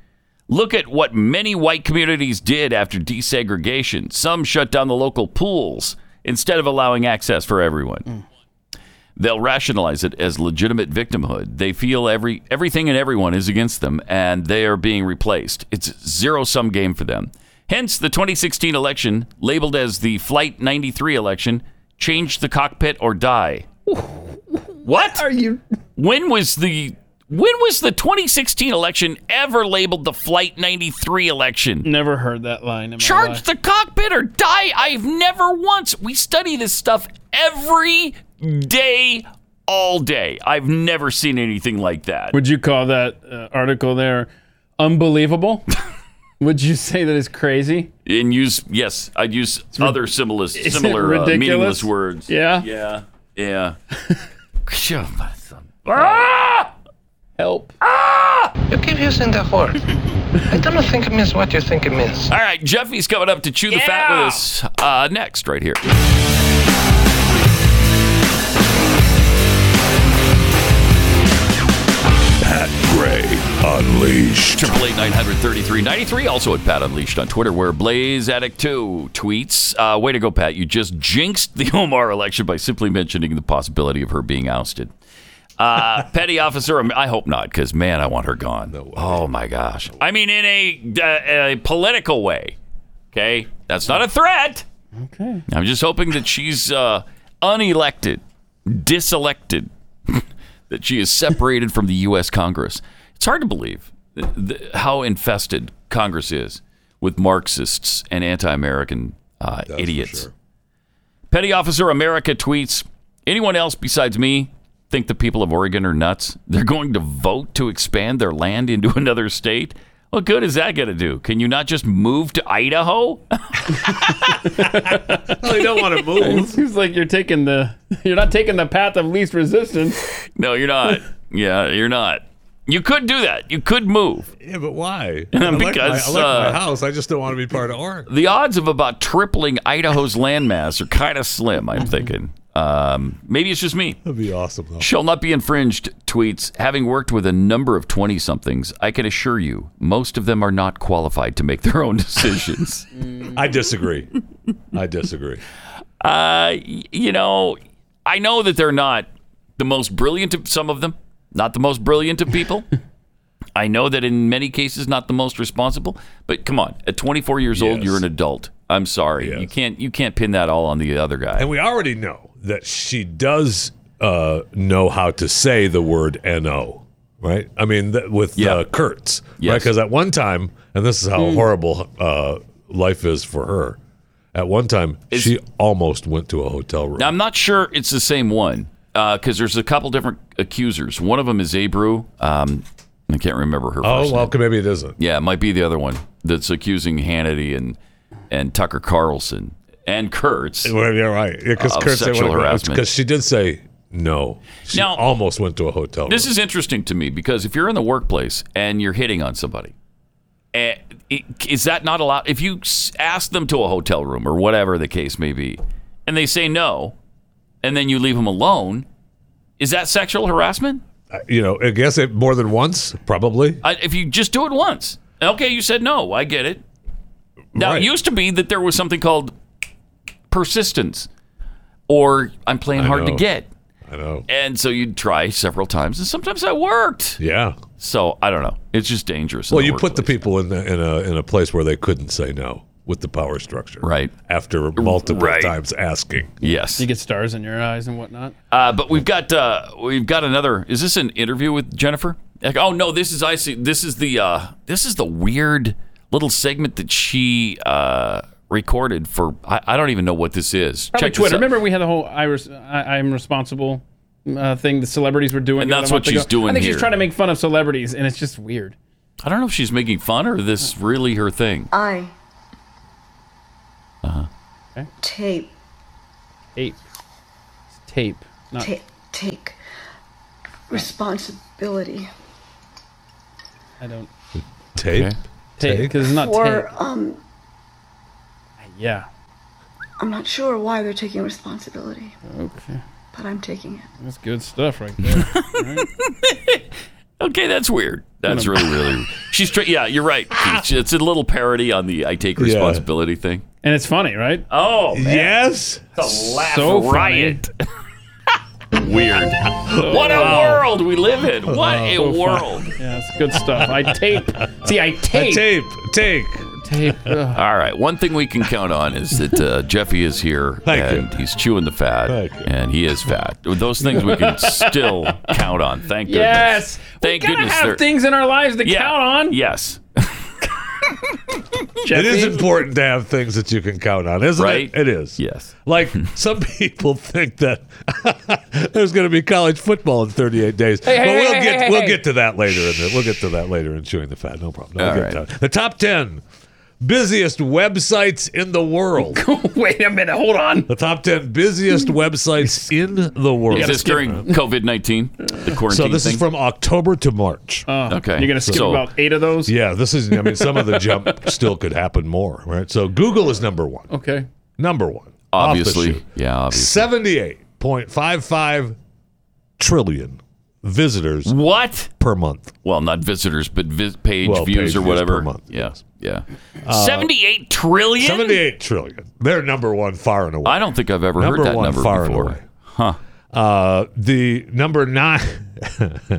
B: Look at what many white communities did after desegregation. Some shut down the local pools instead of allowing access for everyone. They'll rationalize it as legitimate victimhood. They feel every everything and everyone is against them, and they are being replaced. It's zero sum game for them. Hence, the 2016 election, labeled as the Flight 93 election, change the cockpit or die. what?
C: Are you
B: when was the when was the 2016 election ever labeled the Flight 93 election?
C: never heard that line in my
B: Charge
C: life.
B: the cockpit or die. I've never once. We study this stuff every day, all day. I've never seen anything like that.
C: Would you call that uh, article there unbelievable? Would you say that it's crazy?
B: And use yes, I'd use other similar,
C: it
B: similar uh,
C: ridiculous?
B: meaningless words.
C: Yeah.
B: yeah, yeah. Sure, my son.
C: Help.
D: You keep using that word. I don't think it means what you think it means.
B: All right, Jeffy's coming up to chew the fat with us uh, next, right here.
H: Gray Unleashed.
B: Triple eight nine hundred thirty three ninety three. Also at Pat Unleashed on Twitter, where Blaze Addict Two tweets, uh, "Way to go, Pat! You just jinxed the Omar election by simply mentioning the possibility of her being ousted." Uh, petty officer, I hope not, because man, I want her gone. oh my gosh. I mean, in a, uh, a political way. Okay, that's not a threat.
C: Okay.
B: I'm just hoping that she's uh, unelected, diselected, that she is separated from the U.S. Congress. It's hard to believe th- th- how infested Congress is with Marxists and anti-American uh, idiots. Petty Officer America tweets Anyone else besides me think the people of Oregon are nuts? They're going to vote to expand their land into another state? What good is that going to do? Can you not just move to Idaho?
I: They don't want to move.
C: Seems like you're taking the you're not taking the path of least resistance.
B: No, you're not. yeah, you're not. You could do that. You could move.
I: yeah, but why? I like, my, I
B: Because,
I: like
B: uh,
I: my house. I just don't want to be part of Oregon.
B: The odds of about tripling Idaho's landmass are kind of slim, I'm thinking. Um, maybe it's just me.
I: That'd be awesome, though.
B: Shall not be infringed tweets. Having worked with a number of 20 somethings, I can assure you most of them are not qualified to make their own decisions.
I: I disagree. I disagree.
B: uh, y- you know, I know that they're not the most brilliant of some of them, not the most brilliant of people. I know that in many cases, not the most responsible. But come on, at 24 years old,
I: Yes.
B: you're an adult. I'm sorry, you
I: Yes.
B: can't you can't pin that all on the other guy.
I: And we already know that she does uh, know how to say the word "no," right? I mean, th- with
B: Yeah.
I: uh, Kurtz,
B: Yes.
I: Because at one time, and this is how horrible uh, life is for her. At one time, she almost went to a hotel room.
B: Now, I'm not sure it's the same one because there's a couple different accusers. One of them is Abreu. Um, I can't remember her.
I: oh,
B: first
I: well,
B: name.
I: maybe it isn't.
B: yeah, it might be the other one that's accusing Hannity and and Tucker Carlson and Kurtz.
I: Well, you're right. Because
B: Of
I: Kurtz
B: sexual harassment.
I: Because she did say no. She
B: Now-
I: almost went to a hotel
B: This
I: room.
B: is interesting to me because if you're in the workplace and you're hitting on somebody, eh, it- is that not allowed? If you s- ask them to a hotel room or whatever the case may be, and they say no, and then you leave them alone, is that sexual harassment?
I: you know, I guess it more than once, probably.
B: I, if you just do it once, okay, you said no. I get it. Now
I: Right.
B: it used to be that there was something called persistence, or I'm playing hard to
I: know.
B: get,
I: I know.
B: and so you'd try several times, and sometimes that worked.
I: Yeah.
B: So I don't know. It's just dangerous. in
I: Well,
B: the
I: you put the
B: workplace.
I: people in the, in a in a place where they couldn't say no with the power structure,
B: Right.
I: After multiple
B: Right.
I: times asking,
B: Yes,
C: You get stars in your eyes and whatnot.
B: uh, but we've got uh, we've got another. Is this an interview with Jennifer? Like, oh no, this is I see. This is the uh, this is the weird little segment that she uh, recorded for. I, I don't even know what this is.
C: Probably
B: Check this
C: Twitter.
B: out.
C: Remember we had the whole I res- I, I'm responsible uh, thing the celebrities were doing.
B: And
C: about a
B: that's what
C: month ago.
B: she's doing
C: I think
B: here.
C: she's trying to make fun of celebrities, and it's just weird.
B: I don't know if she's making fun or this is really her thing.
J: I
B: Uh-huh.
C: Okay.
J: tape
C: Tape. It's tape. Not
J: ta- take responsibility
C: I don't
I: tape.
B: Okay.
C: tape
I: Tape?
C: because it's not
J: or
C: tape.
J: um
C: Yeah.
J: I'm not sure why they're taking responsibility,
C: Okay.
J: but I'm taking it.
C: That's good stuff right there.
B: Okay, that's weird. That's really really. She's tra- yeah, you're right. It's it's a little parody on the I take responsibility thing.
C: and it's funny, right?
B: Oh,
I: Yes,
C: so funny.
B: riot. Weird. what a world we live in.
I: Oh,
B: What a world.
C: Yeah, it's good stuff. I tape. See, I tape.
I: tape, take.
C: tape. Ugh.
B: All right. One thing we can count on is that uh, Jeffy is here
I: Thank you.
B: and he's chewing the fat
I: Thank you.
B: and he is fat. Those things we can still count on. Thank goodness.
C: Yes.
B: Thank
C: we gotta
B: goodness.
C: have
B: they're-
C: things in our lives to
B: yeah,
C: count on.
B: Yes.
I: It is important to have things that you can count on, isn't
B: Right?
I: it? It is.
B: Yes.
I: Like some people think that there's going to be college football in 38 days,
C: hey,
I: but we'll
C: hey,
I: get
C: hey,
I: we'll
C: hey.
I: get to that later. In the, we'll get to that later in chewing the fat. No problem. No,
B: All
I: we'll get
B: right.
I: to that. The top 10 busiest websites in the world.
C: Wait a minute. Hold on.
I: The top 10 busiest websites in the world.
B: Is this during COVID 19? The quarantine
I: so this
B: thing?
I: is from October to March.
C: Uh.
B: okay.
C: You're gonna skip
B: So-
C: about eight of those.
I: yeah, this is, I mean, some of the jump still could happen more, right? So Google is number one.
C: Okay.
I: Number one. Off the
B: Obviously.
I: shoot.
B: Yeah, obviously.
I: 78.55 trillion visitors
B: What?
I: per month.
B: Well, not visitors, but vis- page
I: Well,
B: views
I: page
B: or
I: views
B: whatever.
I: per month,
B: yeah. Yeah. 78 trillion?
I: 78 trillion. They're number one far and away.
B: I don't think I've ever heard that
I: one
B: number
I: far
B: before.
I: and away.
B: Huh.
I: Uh, the number nine,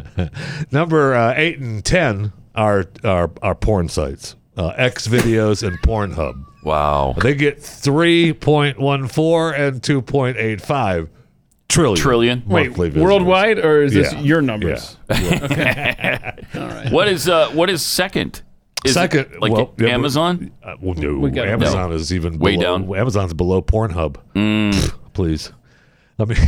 I: number uh, eight and ten are are are porn sites, uh, X videos and Pornhub.
B: Wow.
I: They get three point one four and two point eight five trillion
B: Trillion.
C: Wait,
I: monthly visitors.
C: worldwide or is this
I: Yeah.
C: your numbers?
B: What is uh what is second? Is it
I: Second,
B: like
I: well, yeah, but-
B: Amazon?
I: Uh, well, no,
C: got-
I: Amazon is even
B: Way
I: below,
B: down. Mm.
I: Amazon's below Pornhub. Pfft, Please, I mean,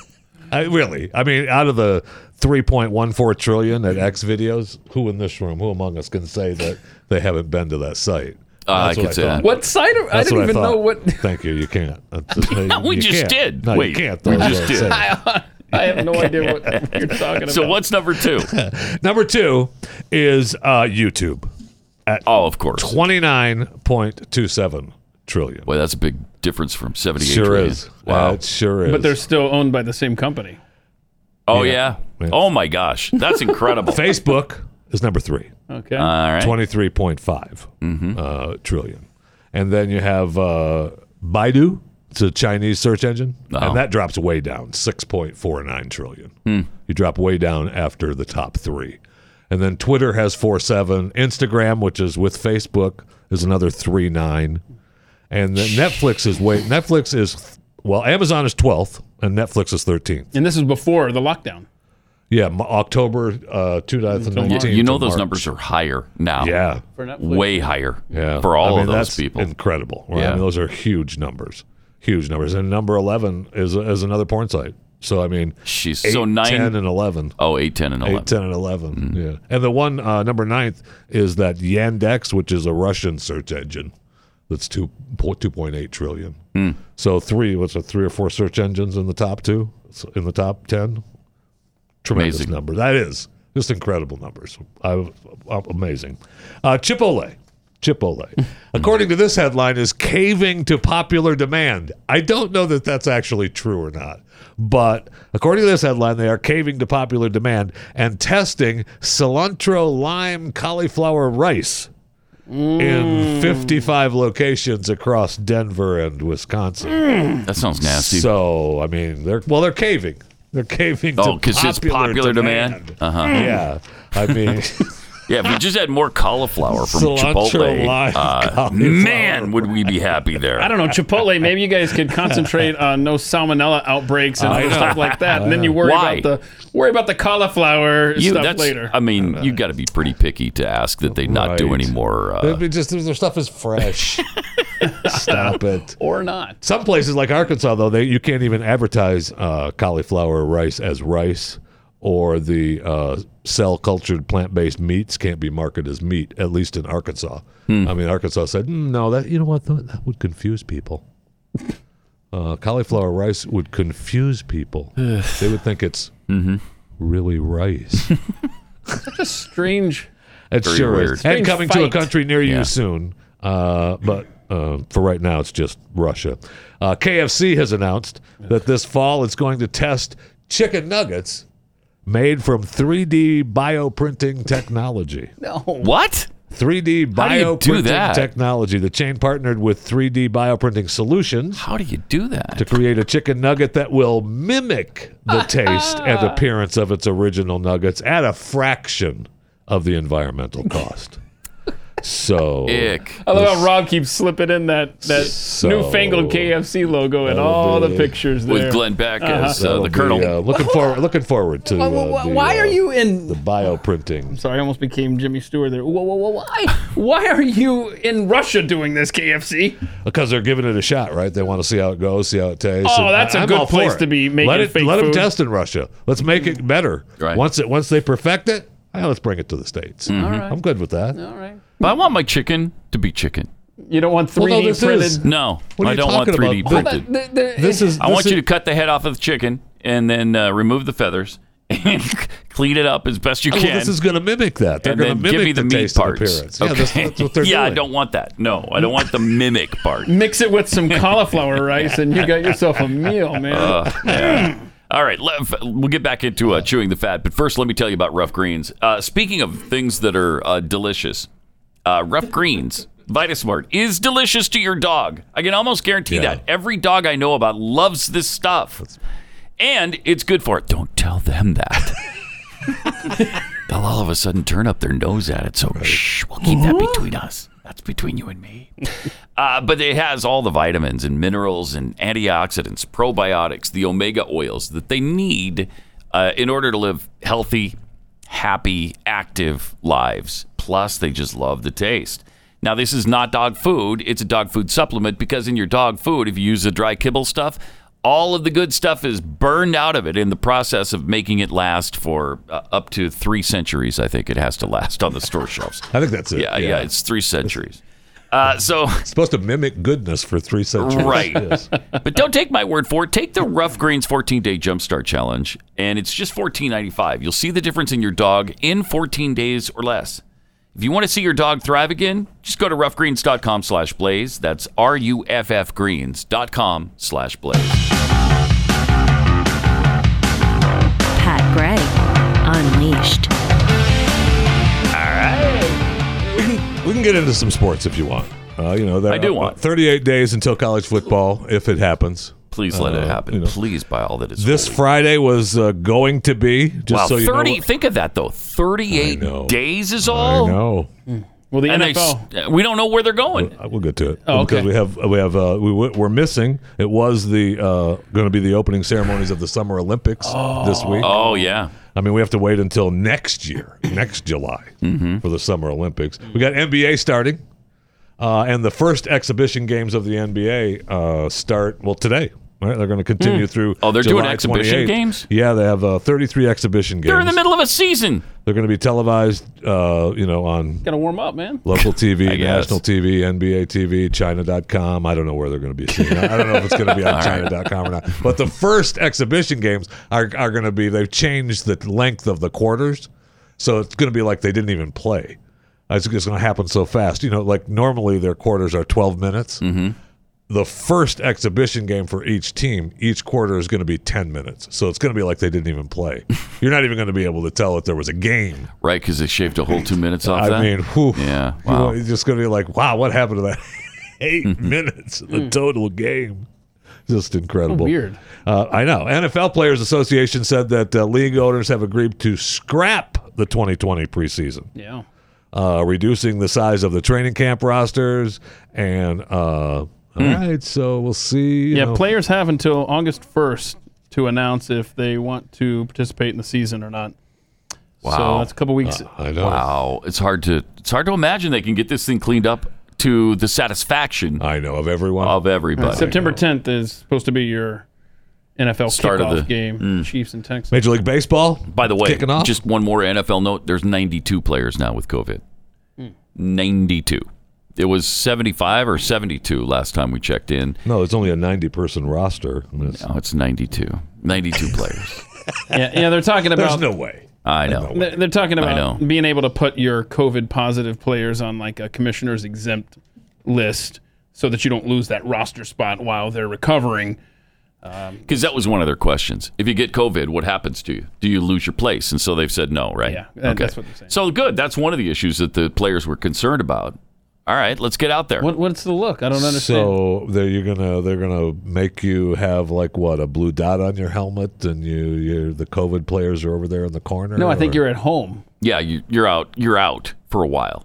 I: I really, I mean, out of the 3.14 trillion at X videos, who in this room, who among us can say that they haven't been to that site?
B: Uh, I
I: That's
B: could
I: what
B: say
I: thought.
B: that.
C: What side of I
I: That's
C: didn't
I: what
C: even
I: thought.
C: know what
I: Thank you. You can't. That's just-
B: No, we
I: you
B: just
I: can't.
B: did.
I: No,
B: Wait,
I: you can't.
B: we
I: That's
B: just
I: what I'm
B: did.
I: saying.
C: I have no idea what you're talking about.
B: So what's number two?
I: Number two is uh, YouTube,
B: Oh, of course.
I: 29.27 trillion.
B: Boy, that's a big difference from seventy-eight.
I: Sure
B: trillion.
I: is.
B: Wow.
I: It sure is.
C: But they're still owned by the same company.
B: oh yeah.
I: yeah.
B: Oh my gosh, that's incredible.
I: Facebook is number three.
C: Okay.
B: All right. Mm-hmm.
I: Twenty-three point five uh, trillion, and then you have uh, Baidu. It's a Chinese search engine,
B: Oh.
I: and that drops way down, six point four nine trillion.
B: Hmm.
I: You drop way down after the top three, and then Twitter has four seven. Instagram, which is with Facebook, is another three nine, and then Netflix is way. Netflix is well, Amazon is twelfth, and Netflix is thirteenth.
C: and this is before the lockdown.
I: Yeah, Mo- October uh, two thousand
B: Yeah,
I: nineteen.
B: you know those numbers are higher now.
I: Yeah,
B: Way higher.
I: Yeah.
B: For all
I: I mean,
B: of those
I: that's
B: people.
I: Incredible. Right?
B: Yeah.
I: I mean, those are huge numbers. Huge numbers. And number 11 is, is another porn site. So, I mean,
B: She's
I: eight,
B: so nine.
I: 10, and 11.
B: oh, eight, ten, and eleven. Mm-hmm.
I: Eight, 10, and 11. Yeah. And the one, uh, number ninth, is that Yandex, which is a Russian search engine that's two, po- 2.8 trillion.
B: Hmm.
I: So, three, what's it, three or four search engines in the top two, So in the top 10? Tremendous
B: Amazing.
I: number. That is just incredible numbers. I, uh, amazing. Uh, Chipotle. Chipotle, according to this headline, is caving to popular demand. I don't know that that's actually true or not, but according to this headline, they are caving to popular demand and testing cilantro lime cauliflower rice in 55 locations across Denver and Wisconsin.
B: That sounds nasty.
I: So I mean, they're well, they're caving. They're caving.
B: Oh,
I: to Uh,
B: 'cause it's popular demand. Uh-huh.
I: Yeah, I mean,
B: yeah, if we just had more cauliflower from
I: Cilantro
B: Chipotle,
I: lime
B: uh,
I: cauliflower.
B: man, would we be happy there.
C: I don't know, Chipotle, maybe you guys could concentrate on no salmonella outbreaks and other stuff like that. And then you worry
B: Why?
C: about the worry about the cauliflower
B: you,
C: stuff
B: that's,
C: later.
B: I mean, you got to be pretty picky to ask that they not do
I: Right.
B: any more.
I: I
B: Uh,
I: mean, just their stuff is fresh. Stop it.
C: or not.
I: Some places like Arkansas, though, they you can't even advertise uh, cauliflower rice as rice, or the uh, cell cultured plant based meats can't be marketed as meat, at least in Arkansas. I mean, Arkansas said mm, no. That you know what? That, that would confuse people. Uh, cauliflower rice would confuse people. they would think it's really rice.
C: Strange.
I: It
B: Very
I: sure
B: weird.
I: is. And coming to a
C: fight.
I: country near
B: Yeah.
I: you soon. Uh, but uh, for right now, it's just Russia. Uh, KFC has announced that this fall it's going to test chicken nuggets made from 3D bioprinting technology.
B: what?
I: 3D
B: How do you do
I: bioprinting
B: that?
I: technology. The chain partnered with 3D bioprinting solutions
B: How do you do that?
I: to create a chicken nugget that will mimic the taste and appearance of its original nuggets at a fraction of the environmental cost. So
B: Ick.
C: I
I: Oh,
C: love how Rob keeps slipping in that, that
I: So-
C: newfangled KFC logo in all the
I: be-
C: pictures there.
B: With Glenn Beck as uh,
I: Uh-huh. that'll
B: the
I: be,
B: Colonel.
I: uh, looking forward, looking forward to.
C: Why- why-
I: uh, the,
C: why are
I: uh,
C: you in
I: the bioprinting?
C: Sorry, I almost became Jimmy Stewart there. Whoa, whoa, whoa, why? Why are you in Russia doing this, KFC?
I: Because they're giving it a shot, right? They want to see how it goes, see how it tastes.
C: Oh,
I: and
C: that's a
I: I'm
C: good
I: all for
C: place
I: it.
C: to be making
I: let it,
C: fake
I: Let them
C: food.
I: test in Russia. Let's make it better.
B: Right. Mm-hmm.
I: Once it once they perfect it, eh, let's bring it to the states. I'm good with that.
C: All right.
B: But I want my chicken to be chicken.
C: You don't want 3D
I: Well, no, this
C: printed.
I: is-
B: No,
I: What are
B: I
I: you
B: don't want
I: talking
B: 3D
I: about?
B: printed.
C: Th- th-
I: This is.
B: I
I: this
B: want
I: is-
B: you to cut the head off of the chicken and then uh, remove the feathers and clean it up as best you
I: Oh,
B: can.
I: well, this is going to mimic that. They're
B: and
I: going
B: then
I: to mimic
B: give me the, meat
I: taste and
B: parts.
I: appearance. Yeah, that's, that's what they're
B: yeah,
I: doing.
B: I don't want that. No, I don't want the mimic part.
C: Mix it with some cauliflower rice, and you got yourself a meal, man.
B: All right, let, we'll get back into uh, chewing the fat, but first let me tell you about rough greens. Uh, speaking of things that are uh, delicious, uh, rough greens, VitaSmart is delicious to your dog. I can almost guarantee
I: Yeah.
B: that every dog I know about loves this stuff. and it's good for it. Don't tell them that. They'll all of a sudden turn up their nose at it. So shh, we'll keep that between us. That's between you and me. uh, but it has all the vitamins and minerals and antioxidants, probiotics, the omega oils that they need uh, in order to live healthy, happy, active lives. Plus, they just love the taste. Now, this is not dog food, it's a dog food supplement because in your dog food, if you use the dry kibble stuff, all of the good stuff is burned out of it in the process of making it last for uh, up to three centuries. I think it has to last on the store shelves.
I: I think that's it.
B: Yeah, yeah, it's three centuries. Uh, so,
I: It's supposed to mimic goodness for three centuries.
B: Right.
I: Yes.
B: but don't take my word for it. Take the Rough Greens 14 Day Jumpstart Challenge, and it's just $14.95. You'll see the difference in your dog in 14 days or less. If you want to see your dog thrive again, just go to roughgreens.com slash blaze. That's R-U-F-F greens.com slash blaze.
A: Pat Gray Unleashed.
I: We can get into some sports if you want. Uh, you know, there
B: I do
I: are,
B: want.
I: 38 days until college football, if it happens.
B: Please let
I: Uh,
B: it happen.
I: you know.
B: Please, by all that is
I: This
B: holy.
I: Friday was uh, going to be just
B: Wow,
I: so you
B: 30,
I: know. what-
B: think of that though. 38
I: know.
B: days is
I: I
B: all?
I: know.
C: Well, the
B: And they,
C: NFL.
B: s- we don't know where they're going.
I: Uh, We'll get to it
C: Oh,
I: because
C: okay.
I: we have we have uh, we w- we're missing. It was the uh, going to be the opening ceremonies of the Summer Olympics this week.
B: Oh, yeah.
I: I mean, we have to wait until next year, next July,
B: Mm-hmm.
I: for the Summer Olympics. We got NBA starting, uh, and the first exhibition games of the NBA uh, start well today. Right? They're going to continue through.
B: Oh, they're doing
I: July
B: exhibition
I: 28th.
B: games?
I: Yeah, they have uh, 33 exhibition games.
B: They're in the middle of a season.
I: They're going to be televised, uh, you know, on
C: Gotta warm up, man.
I: local TV,
B: guess.
I: national TV, NBA TV, China.com. I don't know where they're going to be seen. I I don't know if it's going to be on China.com or not. But the first exhibition games are, are going to be, they've changed the length of the quarters. So it's going to be like they didn't even play. It's, it's going to happen so fast. You know, like normally their quarters are 12 minutes. The first exhibition game for each team, each quarter is going to be 10 minutes. So it's going to be like they didn't even play. You're not even going to be able to tell if there was a game
B: Right, because they shaved a whole two minutes off
I: I
B: that.
I: mean, whew.
B: Yeah,
I: You
B: wow. Mm-hmm.
I: know, it's just going to be like, wow, what happened to that? Eight minutes, in the total game. Just incredible.
C: Mm. weird.
I: Uh, I know. NFL Players Association said that uh, league owners have agreed to scrap the 2020 preseason,
C: Yeah.
I: uh, reducing the size of the training camp rosters. And uh,
B: Hmm.
I: all right, so we'll see. you
C: Yeah,
I: know.
C: players have until August 1st to announce if they want to participate in the season or not. So
B: Wow. Uh,
C: that's a couple weeks.
I: I know.
B: Wow, it's hard to it's hard to imagine they can get this thing cleaned up to the satisfaction
I: I know of everyone.
B: of everybody.
C: September 10th is supposed to be your NFL
B: Start of
C: kickoff
B: the- Mm.
C: game. Chiefs and Texans.
I: Major League Baseball.
B: By the way,
I: kicking off.
B: just one more NFL note: there's 92 players now with COVID.
C: Hmm.
B: 92. It was 75 or 72 last time we checked in.
I: no, it's only a 90 person roster. I mean, it's-
B: Now it's 92. 92 players.
C: Yeah, yeah, they're talking
I: There's
C: about
I: no way.
B: I know.
C: they're, they're talking
B: know.
C: about being able to put your COVID positive players on like a commissioner's exempt list so that you don't lose that roster spot while they're recovering.
B: Because that was one of their questions. If you get COVID, what happens to you? Do you lose your place? And so they've said no, right?
C: Yeah, that- that's what they're saying.
B: So good. That's one of the issues that the players were concerned about. All right, let's get out there.
C: What what's the look? I don't understand.
I: So they're you're gonna they're gonna make you have like what a blue dot on your helmet, and you you're the COVID players are over there in the corner.
C: no, I think
I: or-
C: you're at home.
B: yeah, you, you're out. You're out for a while.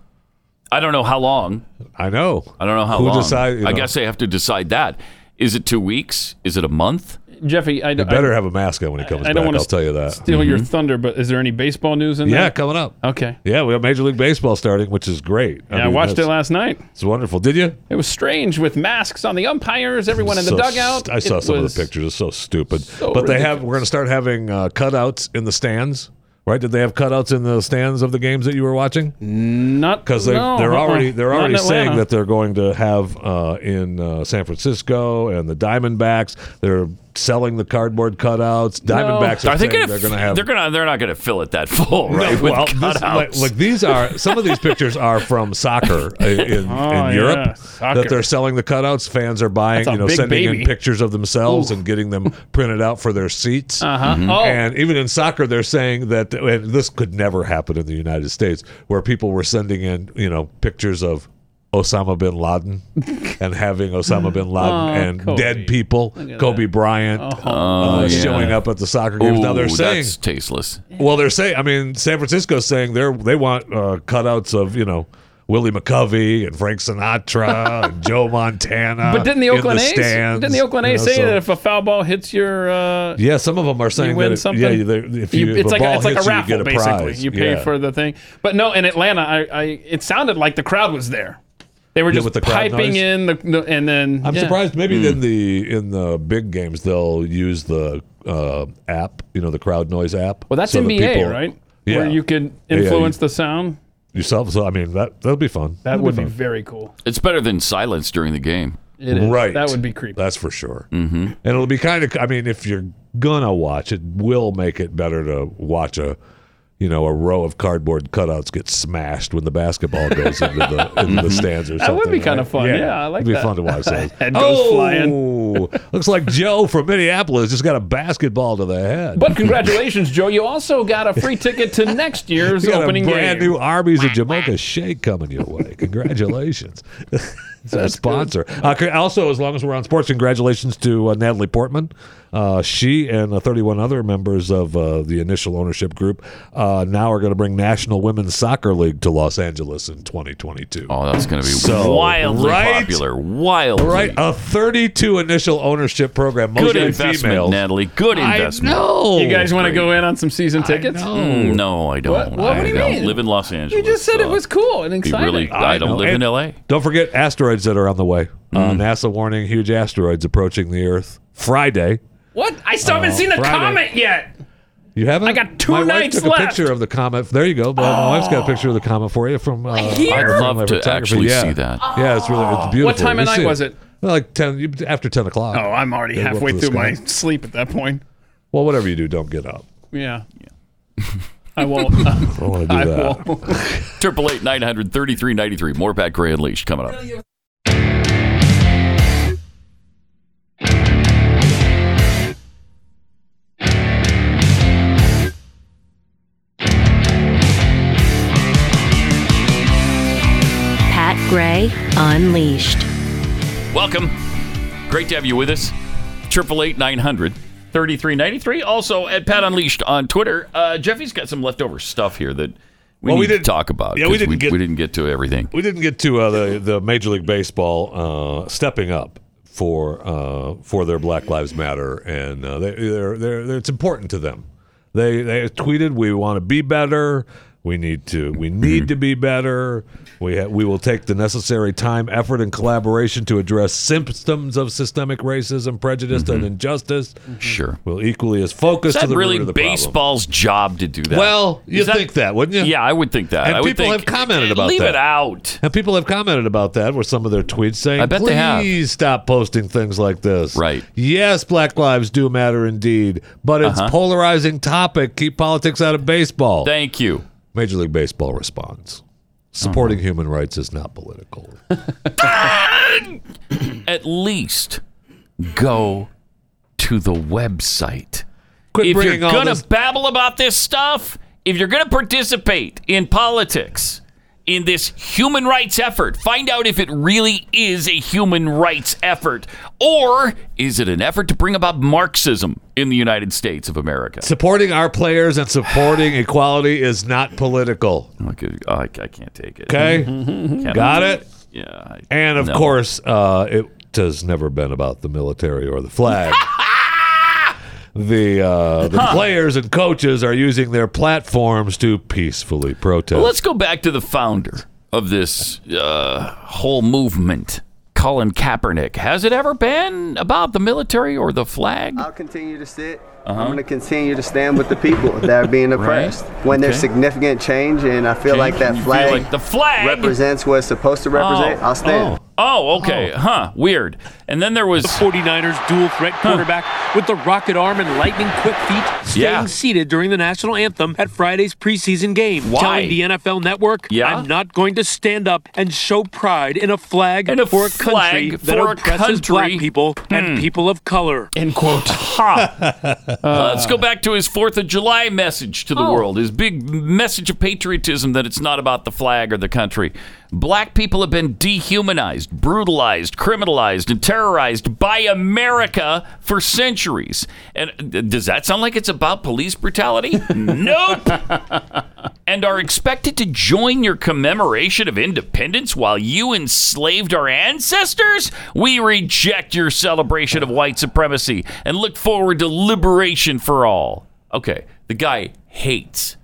B: I don't know how long.
I: I know.
B: I don't know how
I: Who
B: long.
I: decide- you
B: I
I: know.
B: guess they have to decide that. Is it two weeks? Is it a month?
C: Jeffy, I,
I: You better have a mask on when he comes
C: I, I
I: back.
C: don't want
I: I'll
C: to
I: tell you that.
C: steal your thunder, but is there any baseball news in
I: yeah,
C: there?
I: coming up.
C: Okay.
I: Yeah, we have Major League Baseball starting, which is great.
C: Yeah, I
I: mean,
C: watched it
I: that's-
C: last night.
I: It's wonderful. Did you?
C: It was strange with masks on the umpires, everyone in the
I: So
C: dugout.
I: st- I saw
C: It
I: some
C: was-
I: of the pictures. It's so stupid. but they have. We're going to start having uh, cutouts in the stands, right? Did they have cutouts in the stands of the games that you were watching?
C: Not
I: because they,
C: no,
I: they're
C: uh-uh.
I: already they're
C: Not in
I: already saying
C: Atlanta.
I: that they're going to have uh, in uh, San Francisco and the Diamondbacks. They're selling the cardboard cutouts. Diamondbacks are,
B: Are they gonna?
I: saying they're going to have.
B: They're gonna. They're not gonna fill it that full,
I: No,
B: right? With
I: well, this- like-
B: cutouts.
I: like, these are some of these pictures are from soccer i- in, in,
C: Oh, yeah,
I: Europe
C: soccer.
I: that they're selling the cutouts. Fans are buying,
C: That's a
I: you know,
C: big
I: sending in
C: baby.
I: pictures of themselves and getting them printed out for their seats.
C: Uh-huh. Oh,
I: Mm-hmm. And even in soccer, they're saying that, and this could never happen in the United States, where people were sending in, you know, pictures of Osama bin Laden and having Osama bin Laden and
C: Oh, Kobe.
I: dead people, Kobe Bryant,
C: Oh,
I: uh, showing up at the soccer games. now they're
B: Ooh,
I: saying,
B: that's tasteless.
I: well, they're saying. I mean, San Francisco's saying they're they want uh, cutouts of you know Willie McCovey and Frank Sinatra and Joe Montana.
C: But didn't the
I: Uh, in
C: Oakland A's?
I: stands,
C: didn't the Oakland
I: you
C: A's
I: know,
C: say
I: so-
C: that if a foul ball hits your, uh,
I: Yeah, some of them are saying
C: you win
I: that
C: something?
I: yeah, they- if you, if
C: it's
I: a
C: like
I: ball
C: it's like a
I: hits
C: raffle
I: you, you get a
C: basically.
I: prize.
C: You pay
I: Yeah.
C: for the thing. But no, in Atlanta, I, I it sounded like the crowd was there. They were just
I: with the crowd
C: piping
I: noise?
C: in the, the and then
I: I'm
C: yeah.
I: surprised. Maybe in the in the big games they'll use the uh, app, you know, the crowd noise app.
C: Well, that's
I: so that
C: NBA,
I: people-
C: right?
I: Yeah.
C: Where you could
I: yeah, you-
C: influence the sound.
I: yourself. So I mean, that that'll be fun.
C: That would be very cool.
B: It's better than silence during the game.
C: It is.
I: Right.
C: That would be creepy.
I: That's for sure. Mm-hmm. And it'll be kind of. I mean, if you're gonna watch, it will make it better to watch a, you know, a row of cardboard cutouts get smashed when the basketball goes into the into the stands or something.
C: would be kinda
I: right?
C: fun. Yeah, I like
I: It'd be
C: that.
I: fun to watch those. Oh,
C: Head goes flying.
I: Looks like Joe from Minneapolis just got a basketball to the head.
C: But congratulations, Joe. You also got a free ticket to next year's
I: You got
C: opening
I: a brand
C: game.
I: new Arby's of Jamaica Shake coming your way. Congratulations. It's our sponsor. Uh, c- also, as long as we're on sports, congratulations to uh, Natalie Portman. Uh, she and uh, 31 other members of uh, the initial ownership group uh, now are going to bring National Women's Soccer League to Los Angeles in 2022.
B: Oh, that's going to be
I: So,
B: wildly
I: right?
B: popular. Wildly.
I: All right, a 32 initial ownership program, mostly
B: Good investment,
I: females.
B: Natalie. Good
I: I
B: investment.
I: know.
C: You guys want to go in on some season tickets?
I: No.
B: No, I don't.
C: What- what-
B: I
C: what do you
B: don't
C: mean?
B: live in Los Angeles.
C: You just said
B: so
C: it was cool and
B: be
C: exciting.
B: really. I, don't
I: know.
B: live in
I: And
B: L.A.
I: Don't forget asteroids that are on the way. Uh,
C: Mm.
I: NASA warning huge asteroids approaching the Earth Friday.
C: what? I still haven't seen a
I: Friday.
C: comet yet.
I: You haven't? I
C: got two
I: My
C: nights
I: wife took a
C: left.
I: picture of the comet. There you go. Well, My wife's got a picture of the comet for you from. Uh,
C: Here?
I: Iron
B: I'd love
I: Family
B: to
I: Photography.
B: actually
I: Yeah.
B: see that.
I: Yeah, it's really it's beautiful.
C: time of
I: You
C: night
I: see
C: was it?
I: Well, Like ten you- after ten o'clock.
C: Oh, I'm already
I: They go up
C: halfway
I: to the
C: through
I: sky.
C: my sleep at that point.
I: Well, whatever you do, don't get up.
C: Yeah. I won't.
I: I don't want to do
C: I
I: that.
C: won't.
B: Triple eight nine hundred thirty three ninety three. More Pat Gray Unleashed coming up.
A: Pat Gray Unleashed.
B: Welcome. Great to have you with us. Triple eight nine hundred thirty three ninety three. Also at Pat Unleashed on Twitter. Uh, Jeffy's got some leftover stuff here that we
I: Well,
B: need
I: we
B: to
I: didn't-
B: talk about.
I: yeah, we
B: 'cause
I: didn't get-
B: we didn't get to everything.
I: We didn't get to uh, the the Major League Baseball uh, stepping up for uh, for their Black Lives Matter, and uh, they, they're, they're, they're, it's important to them. They they tweeted, "We want to be better. We need to. We need to be better. We ha- we will take the necessary time, effort, and collaboration to address symptoms of systemic racism, prejudice, and injustice.
B: Sure.
I: We'll equally as focused
B: Is
I: to
B: that
I: the
B: really
I: root of the problem."
B: baseball's job to do that?
I: Well, you
B: Is that-
I: think that, wouldn't you?
B: Yeah, I would think that.
I: And
B: I would
I: people
B: think-
I: have commented about
B: Leave
I: that.
B: it out.
I: And people have commented about that with some of their tweets saying,
B: I bet
I: please
B: they have.
I: stop posting things like this.
B: Right.
I: Yes, black lives do matter indeed, but it's
B: Uh-huh.
I: polarizing topic. Keep politics out of baseball.
B: Thank you.
I: Major League Baseball responds. Supporting human rights is not political.
B: At least go to the website.
I: Quit
B: if you're
I: bringing all
B: gonna
I: this-
B: babble about this stuff, if you're gonna participate in politics, in this human rights effort, find out if it really is a human rights effort, or is it an effort to bring about Marxism in the United States of America?
I: supporting our players and supporting equality is not political.
B: Okay, I, I can't take it.
I: Okay?
B: Can't-
I: Got it?
B: Mm-hmm. Yeah. I-
I: And of
B: no.
I: course, uh, it has never been about the military or the flag. the uh, the players and coaches are using their platforms to peacefully protest.
B: Let's go back to the founder of this uh, whole movement, Colin Kaepernick. Has it ever been about the military or the flag?
K: I'll continue to sit.
B: Uh-huh.
K: I'm going to continue to stand with the people that are being oppressed. When there's
B: Okay.
K: significant change, and I feel
B: Okay,
K: like
B: you
K: that
B: feel
K: flag
B: like the flag
K: represents what it's supposed to represent,
B: Oh,
K: I'll stand.
B: Oh, okay. Huh. Weird. And then there was
L: 49ers dual threat quarterback with the rocket arm and lightning quick feet staying
B: Yeah.
L: seated during the national anthem at Friday's preseason game.
B: Why?
L: Telling the NFL network,
B: Yeah?
L: I'm not going to stand up and show pride in a flag
B: In a
L: for a country
B: flag
L: that
B: for a
L: oppresses
B: country. Hmm.
L: black people and people of color.
B: end quote. Ha. Uh, let's go back to his Fourth of July
L: Oh.
B: message to the world. His big message of patriotism that it's not about the flag or the country, Black people have been dehumanized, brutalized, criminalized, and terrorized by America for centuries. And uh, does that sound like it's about police brutality? nope. And are expected to join your commemoration of independence while you enslaved our ancestors? We reject your celebration of white supremacy and look forward to liberation for all. Okay, the guy hates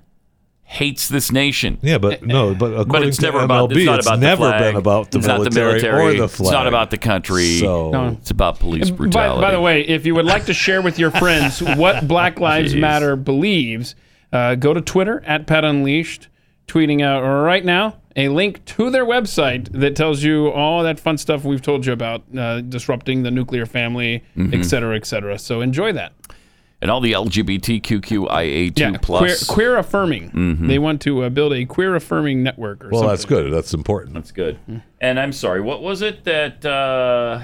B: hates this nation.
I: Yeah, but no, but according
B: But it's
I: to
B: never
I: MLB,
B: about. It's not
I: it's
B: about
I: never
B: the flag.
I: been about the,
B: it's
I: military
B: not the military
I: or the
B: It's
I: flag.
B: not about the country.
I: So- No.
B: It's about police
C: And by-
B: brutality.
C: By, the way, if you would like to share with your friends what Black Lives
B: Jeez.
C: Matter believes, uh, go to Twitter at Pet Unleashed, tweeting out right now a link to their website that tells you all that fun stuff we've told you about uh, disrupting the nuclear family,
I: Mm-hmm.
B: Mhm.
C: et cetera, et cetera. So enjoy that.
B: and all the LGBTQIA2
C: Queer,
B: plus.
C: queer affirming.
B: Mhm.
C: They want to uh, build a queer affirming network. Or
I: Mm-hmm. Well,
C: something.
I: that's good. That's important.
B: That's good. And I'm sorry. What was it that uh,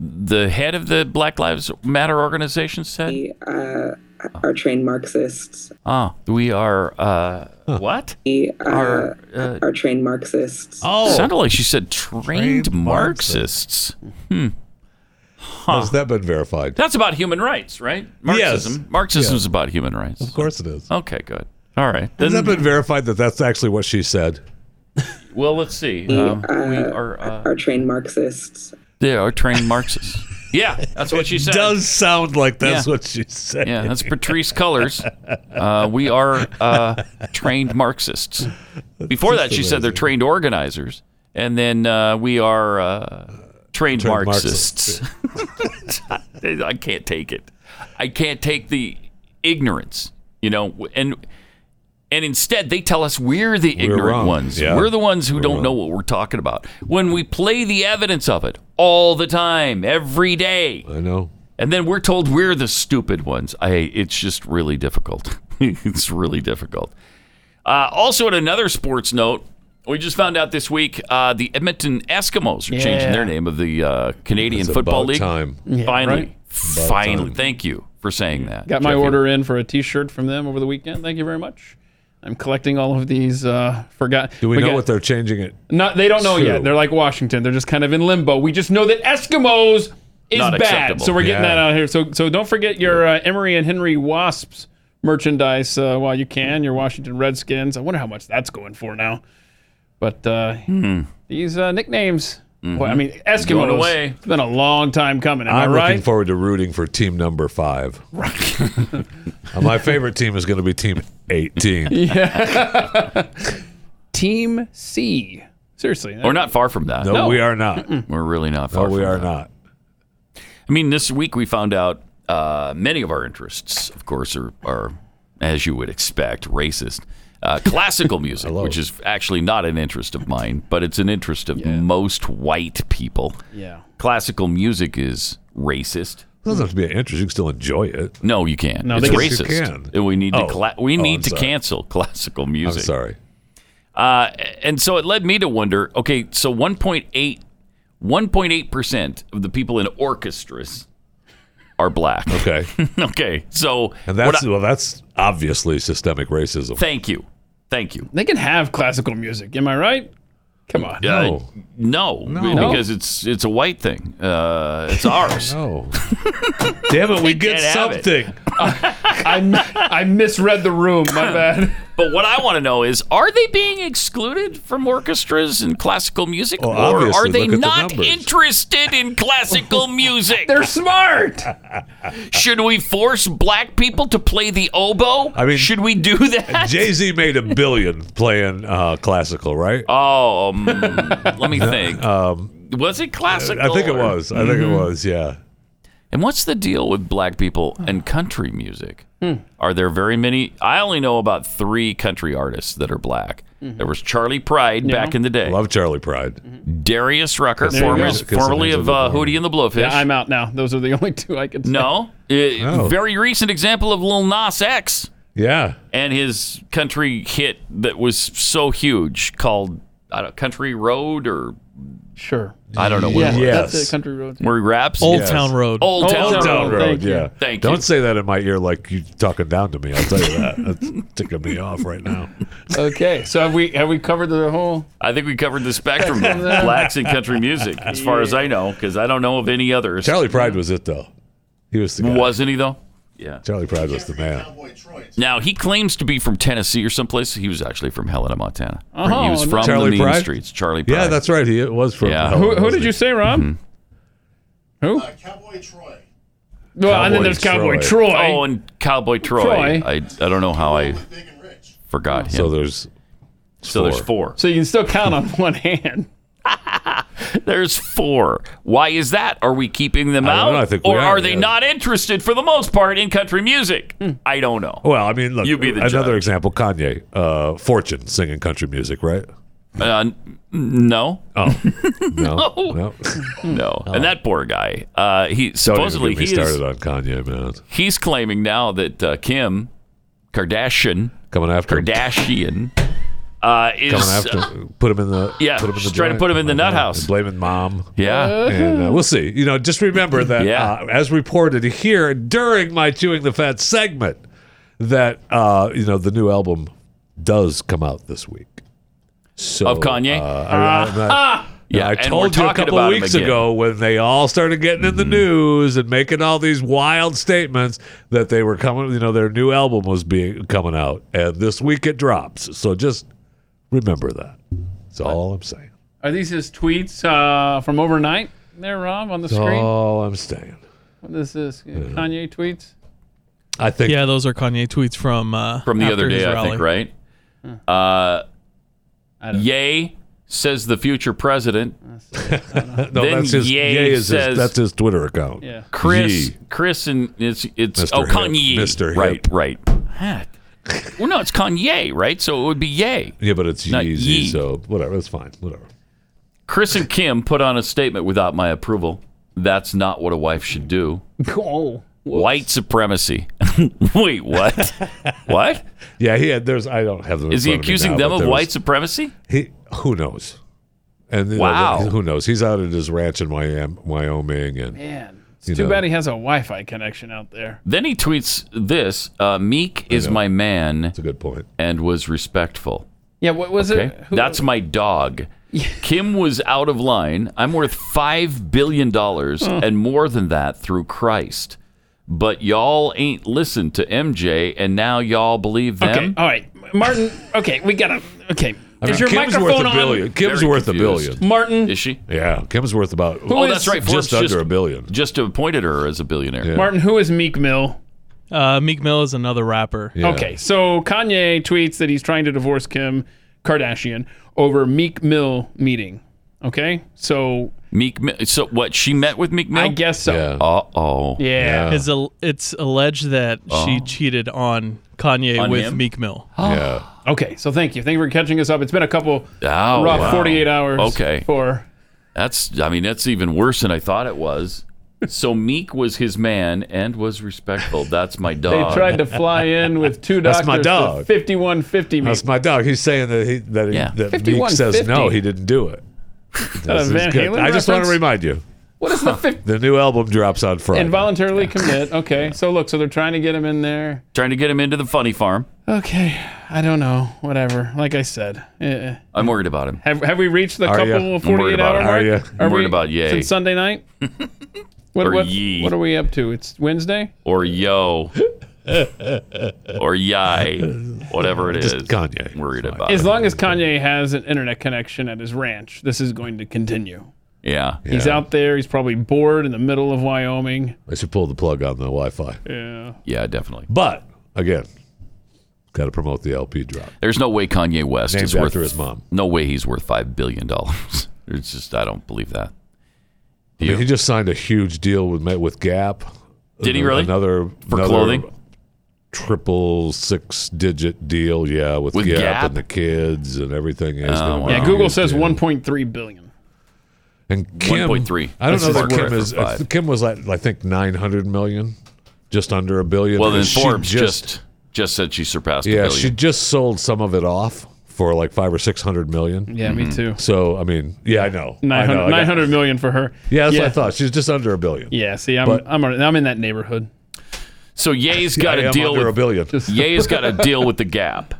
B: the head of the Black Lives Matter organization said?
M: uh, are trained Marxists.
B: Ah, we are uh, what?
M: We uh,
B: Are,
M: are trained Marxists.
B: sounded like she said Oh. trained,
M: Trained
B: Marxists. Hmm.
I: Has that been verified?
B: That's about human rights, right? Marxism. Marxism is about human rights. Of
I: course it is.
B: Okay, good. All right.
I: Has that been verified that that's actually what she said?
B: Well, let's see.
M: We,
B: Um, we
M: uh,
B: are uh,
M: are trained Marxists.
B: they are trained Marxists. yeah, that's what she said.
I: Does sound like that's
B: Yeah.
I: what she said.
B: Yeah, that's Patrice Colors. Uh, we are uh, trained Marxists. Before that, she said they're trained organizers, and then uh, we are uh, trained,
I: Trained
B: Marxists. I can't take it. I can't take the ignorance. You know, and and instead they tell us we're the ignorant
I: wrong.
B: ones.
I: Yeah.
B: We're the ones who don't know what we're talking about when we play the evidence of it all the time, every day.
I: I know.
B: And then we're told we're the stupid ones. I it's just really difficult. it's really difficult. Uh, also, at another sports note, we just found out this week uh, the Edmonton Eskimos are changing
I: Yeah.
B: their name of the uh, Canadian
I: It's
B: Football
I: about
B: League.
I: time.
C: Yeah,
B: finally,
C: right?
I: About
B: finally.
I: time.
B: Thank you for saying that.
C: Got my
B: Jeffy.
C: order in for a T-shirt from them over the weekend. Thank you very much. I'm collecting all of these. Uh, forgot.
I: Do we, know
C: got-
I: what they're changing it?
C: Not they don't know
I: to?
C: yet. They're like Washington. They're just kind of in limbo. We just know that Eskimos is
I: Not
C: bad,
I: acceptable.
C: so we're getting
I: Yeah.
C: that out here. So so don't forget your uh, Emory and Henry Wasps merchandise uh, while you can. Your Washington Redskins. I wonder how much that's going for now. But uh,
I: Hmm.
C: these uh, nicknames.
I: Mm-hmm.
C: Well, I mean, Eskimos.
B: Going away.
C: It's been a long time coming. Am
I: I'm
C: I right?
I: looking forward to rooting for team number five. Uh, my favorite team is going to be team 18.
C: Yeah. Team C. Seriously.
B: We're not far from that.
I: No, we are not.
B: We're really not far.
I: No, we
B: from
I: are
B: that.
I: not.
B: I mean, this week we found out uh, many of our interests, of course, are, are as you would expect, racist. Uh, classical music, which is actually not an interest of mine, but it's an interest of most white people.
C: Yeah.
B: Classical music is racist.
I: It doesn't have to be an interest. You can still enjoy it.
B: No, you can't.
I: No,
B: it's
I: they can-
B: racist.
I: Yes, you can.
B: And We need
I: Oh.
B: to cla- we
I: Oh, I'm
B: need to
I: sorry.
B: cancel classical music.
I: sorry.
B: Uh, and so it led me to wonder. Okay, so 1.8 1.8 percent of the people in orchestras are black.
I: Okay.
B: okay. So
I: And that's
B: what I-
I: well, that's obviously systemic racism.
B: thank you, thank you.
C: They can have classical music. Am I right? Come on.
B: Uh, no,
C: No.
B: because it's it's a white thing. Uh, it's ours.
I: no. Damn it, we get
B: can't have it.
I: something.
C: I, I misread the room. My bad.
B: But what I want to know is, are they being excluded from orchestras and classical music,
I: Well,
B: or are
I: Oh, obviously,
B: they
I: look at the
B: not
I: numbers.
B: interested in classical music?
C: They're smart.
B: Should we force black people to play the oboe?
I: I mean,
B: should we do that?
I: Jay Z made a billion playing uh, classical, right?
B: Oh, um, let me think. was it classical?
I: Um, I think it
B: or-
I: was. I think it
B: Mhm.
I: was. Yeah.
B: And what's the deal with black people and country music? Are there very many? I only know about three country artists that are black. There was Charlie Pride
C: Yeah.
B: back in the day.
I: Love Charlie Pride.
B: Mm-hmm. Darius Rucker,
C: There you
B: former,
C: go.
B: formerly of uh, Hootie and the Blowfish.
C: Yeah, I'm out now. Those are the only two I can. Say.
B: no, eh,
I: Oh.
B: very recent example of Lil Nas X
I: Yeah.
B: and his country hit that was so huge called I don't, Country Road or
C: Sure.
B: I don't know what
C: Yeah,
B: it was.
C: that's Yes. a country road.
B: Where he raps?
C: Old
I: Yes.
C: Town Road.
B: Old, Town, Road.
I: Road, Oh, yeah.
B: Thank you.
I: Don't say that in my ear like you're talking down to me. I'll tell you that. That's ticking me off right now.
C: okay, so have we have we covered the whole?
B: I think we covered the spectrum of blacks and country music, as far as I know, because I don't know of any others.
I: Charlie Pride was it though. He was the guy.
B: Wasn't he though? Yeah.
I: Charlie Pride was the man.
B: Now he claims to be from Tennessee or someplace. He was actually from Helena, Montana. he
C: Oh,
B: was from
I: Charlie
B: the mean
I: Pride?
B: streets. Charlie Pride.
I: Yeah, that's right. He was from.
B: Yeah.
I: Hell,
B: Who-
C: Who
I: wasn't
C: did you say, Rob? Who? Uh, Cowboy Troy. Well, and then there's Cowboy Troy.
B: Oh, and Cowboy Troy.
C: Troy.
B: I I don't know how I forgot him. So
I: there's
B: so there's four.
C: So you can still count on one hand.
B: There's four. Why is that? Are we keeping them
I: I don't
B: out,
I: know. I think we
B: or
I: are,
B: they
I: yeah.
B: not interested for the most part in country music?
C: Hmm.
B: I don't know.
I: Well, I mean, look.
B: You be the
I: another example. Kanye, uh, Fortune singing country music, right?
B: Uh, n- no.
I: Oh no, no,
B: no. And that poor guy. Uh, he supposedly
I: Oh. Don't even
B: he
I: get me
B: is,
I: started on Kanye, man.
B: he's claiming now that uh, Kim Kardashian
I: coming after him.
B: Kardashian uh, is
I: Coming after, him. put him in the
B: yeah,
I: Put him in the
B: she's trying to
I: joint.
B: put him in the
I: Oh,
B: nut
I: yeah.
B: house.
I: Blaming mom.
B: Yeah.
I: and uh, we'll see. You know, just remember that,
B: Yeah.
I: uh, as reported here during my chewing the fat segment, that uh, you know the new album does come out this week. So
B: Of Kanye? Ah.
I: uh, I, I'm not-
B: Yeah,
I: I
B: and we're
I: told you a
B: talking
I: couple
B: about him
I: weeks
B: again. Mm-hmm.
I: ago when they all started getting in the news and making all these wild statements that they were coming. You know, their new album was being coming out, and this week it drops. So just remember that. That's all I'm saying.
C: Are these his tweets uh, from overnight? There, Rob, on the
I: That's
C: screen.
I: all I'm saying.
C: This is Kanye tweets.
I: I think.
N: Yeah, those are Kanye tweets from uh,
B: from the
N: after
B: other
N: his
B: day, I
N: rally.
B: think, right? Uh, yay says the future president.
I: No,
B: then
I: that's his.
B: Ye
I: Ye is his-
B: says
I: that's his Twitter account.
B: Chris.
I: Ye.
B: Chris and it's it's
I: Mr.
B: oh
I: Hip.
B: Kanye.
I: Mr. Hip.
B: Right, right. Heck. well, no, it's Kanye, right? So it would be Yay.
I: Yeah, but it's
B: Not
I: Yeezy,
B: Ye.
I: so whatever. That's fine. Whatever.
B: Chris and Kim put on a statement without my approval. That's not what a wife should do.
C: Oh,
B: White supremacy. Wait, what? what?
I: Yeah, he had. There's. I don't have them. in
B: Is he
I: front me
B: accusing
I: now,
B: them
I: but
B: of
I: there
B: white
I: was-
B: supremacy?
I: He. Who knows? And you know,
B: Wow.
I: who knows? He's out at his ranch in Wyam- Wyoming, and
C: man, it's
I: You
C: too
I: know.
C: bad he has a Wi-Fi connection out there.
B: Then he tweets this uh, Meek is my man. That's
I: a good point.
B: And was respectful.
C: Yeah, what was
B: Okay.
C: it?
B: That's my dog. Kim was out of line. I'm worth $5 billion
I: Hmm.
B: and more than that through Christ. But y'all ain't listened to MJ, and now y'all believe them.
I: uh,
C: Okay, all right, Martin. Okay, we gotta. Okay,
B: I mean,
C: is your
B: Kim's worth
C: microphone
B: a
C: on?
B: billion.
I: billion. Kim's
B: Very
I: worth
B: confused.
I: a billion.
C: Martin.
B: Is she?
I: Yeah, Kim's worth about.
C: Who
B: oh,
C: is-
B: that's right. Forbes
I: Just under a billion.
B: Just appointed her as a billionaire.
C: Martin, who is Meek Mill?
N: Uh, Meek Mill is another rapper.
C: Okay, so Kanye tweets that he's trying to divorce Kim Kardashian over Meek Mill meeting. Okay, so
B: Meek. Mi- So what? She met with Meek Mill. I
C: guess so. Yeah.
B: Uh oh.
N: It's, al- it's alleged that she
B: Oh.
N: cheated on Kanye
B: On
N: with
B: him?
N: Meek Mill.
I: yeah.
C: Okay, so thank you, thank you for catching us up. It's been a couple
B: Oh,
C: rough
B: wow.
C: 48 hours.
B: Okay.
C: for
B: That's. I mean, that's even worse than I thought it was. So Meek was his man and was respectful. That's my dog.
C: they tried to fly in with two
I: That's
C: doctors.
I: my
C: To
I: dog.
C: 5150 Meek.
I: That's my dog. He's saying that he that, he, that Meek says
C: 51.50.
I: no, he didn't do it.
C: that a
I: This is
C: Uh, Van
I: good.
C: Halen
I: I just want
C: reference?
I: to remind you,
C: What is the 50?
I: the new album drops on Friday.
C: Involuntarily commit. Okay, so look, so they're trying to get him in there.
B: trying to get him into the funny farm.
C: Okay, I don't know. Whatever. Like I said, eh,
B: I'm worried about him.
C: have have we reached the
B: Are ya?
C: couple of
B: I'm worried
C: 48
B: about
C: hour
B: it.
C: mark?
B: Are ya? I'm worried
C: we-
B: about yay.
C: Since Sunday night. What
B: Or
C: what,
B: ye.
C: what are we up to? It's Wednesday.
B: Or yo. or yai. Whatever it is. Kanye. Worried about
C: As
B: it.
C: long as Kanye has an internet connection at his ranch, this is going to continue.
B: Yeah.
C: He's out there. He's probably bored in the middle of Wyoming.
I: I should pull the plug on the Wi-Fi.
C: Yeah.
B: Yeah, definitely.
I: But again, got to promote the LP drop.
B: There's no way Kanye West
I: Named
B: is worth
I: after his mom.
B: No way he's worth five billion dollars. It's just I don't believe that.
I: I mean, he just signed a huge deal with with Gap.
B: Did he really?
I: Another
B: For
I: another
B: clothing?
I: triple six digit deal. Yeah, with,
B: With
I: Gap,
B: Gap?
I: and the kids and everything. Yeah, it's
B: Oh,
I: been a
B: wow.
C: Yeah, Google says 1.3 billion.
I: And Kim,
B: 1.3.
I: I don't
B: This
I: know
B: is
I: that
B: worth
I: Kim is.
B: for five.
I: Kim was at I think nine hundred million, just under a billion.
B: Well, then
I: And she
B: Forbes just, just said she surpassed. a
I: yeah,
B: billion.
I: she just sold some of it off for like five or six hundred million.
C: Yeah, me Mhm. too.
I: So I mean, yeah, I know. I know.
C: 900,
I: I got-
C: 900 million for her.
I: Yeah, that's what I thought. She's just under a billion.
C: Yeah, see, I'm
I: But-
C: I'm, already- I'm in that neighborhood.
B: So Ye's
I: Yeah,
B: got
I: I
B: to
I: am
B: deal
I: under
B: with
I: a billion. Just-
B: Ye's got to deal with the gap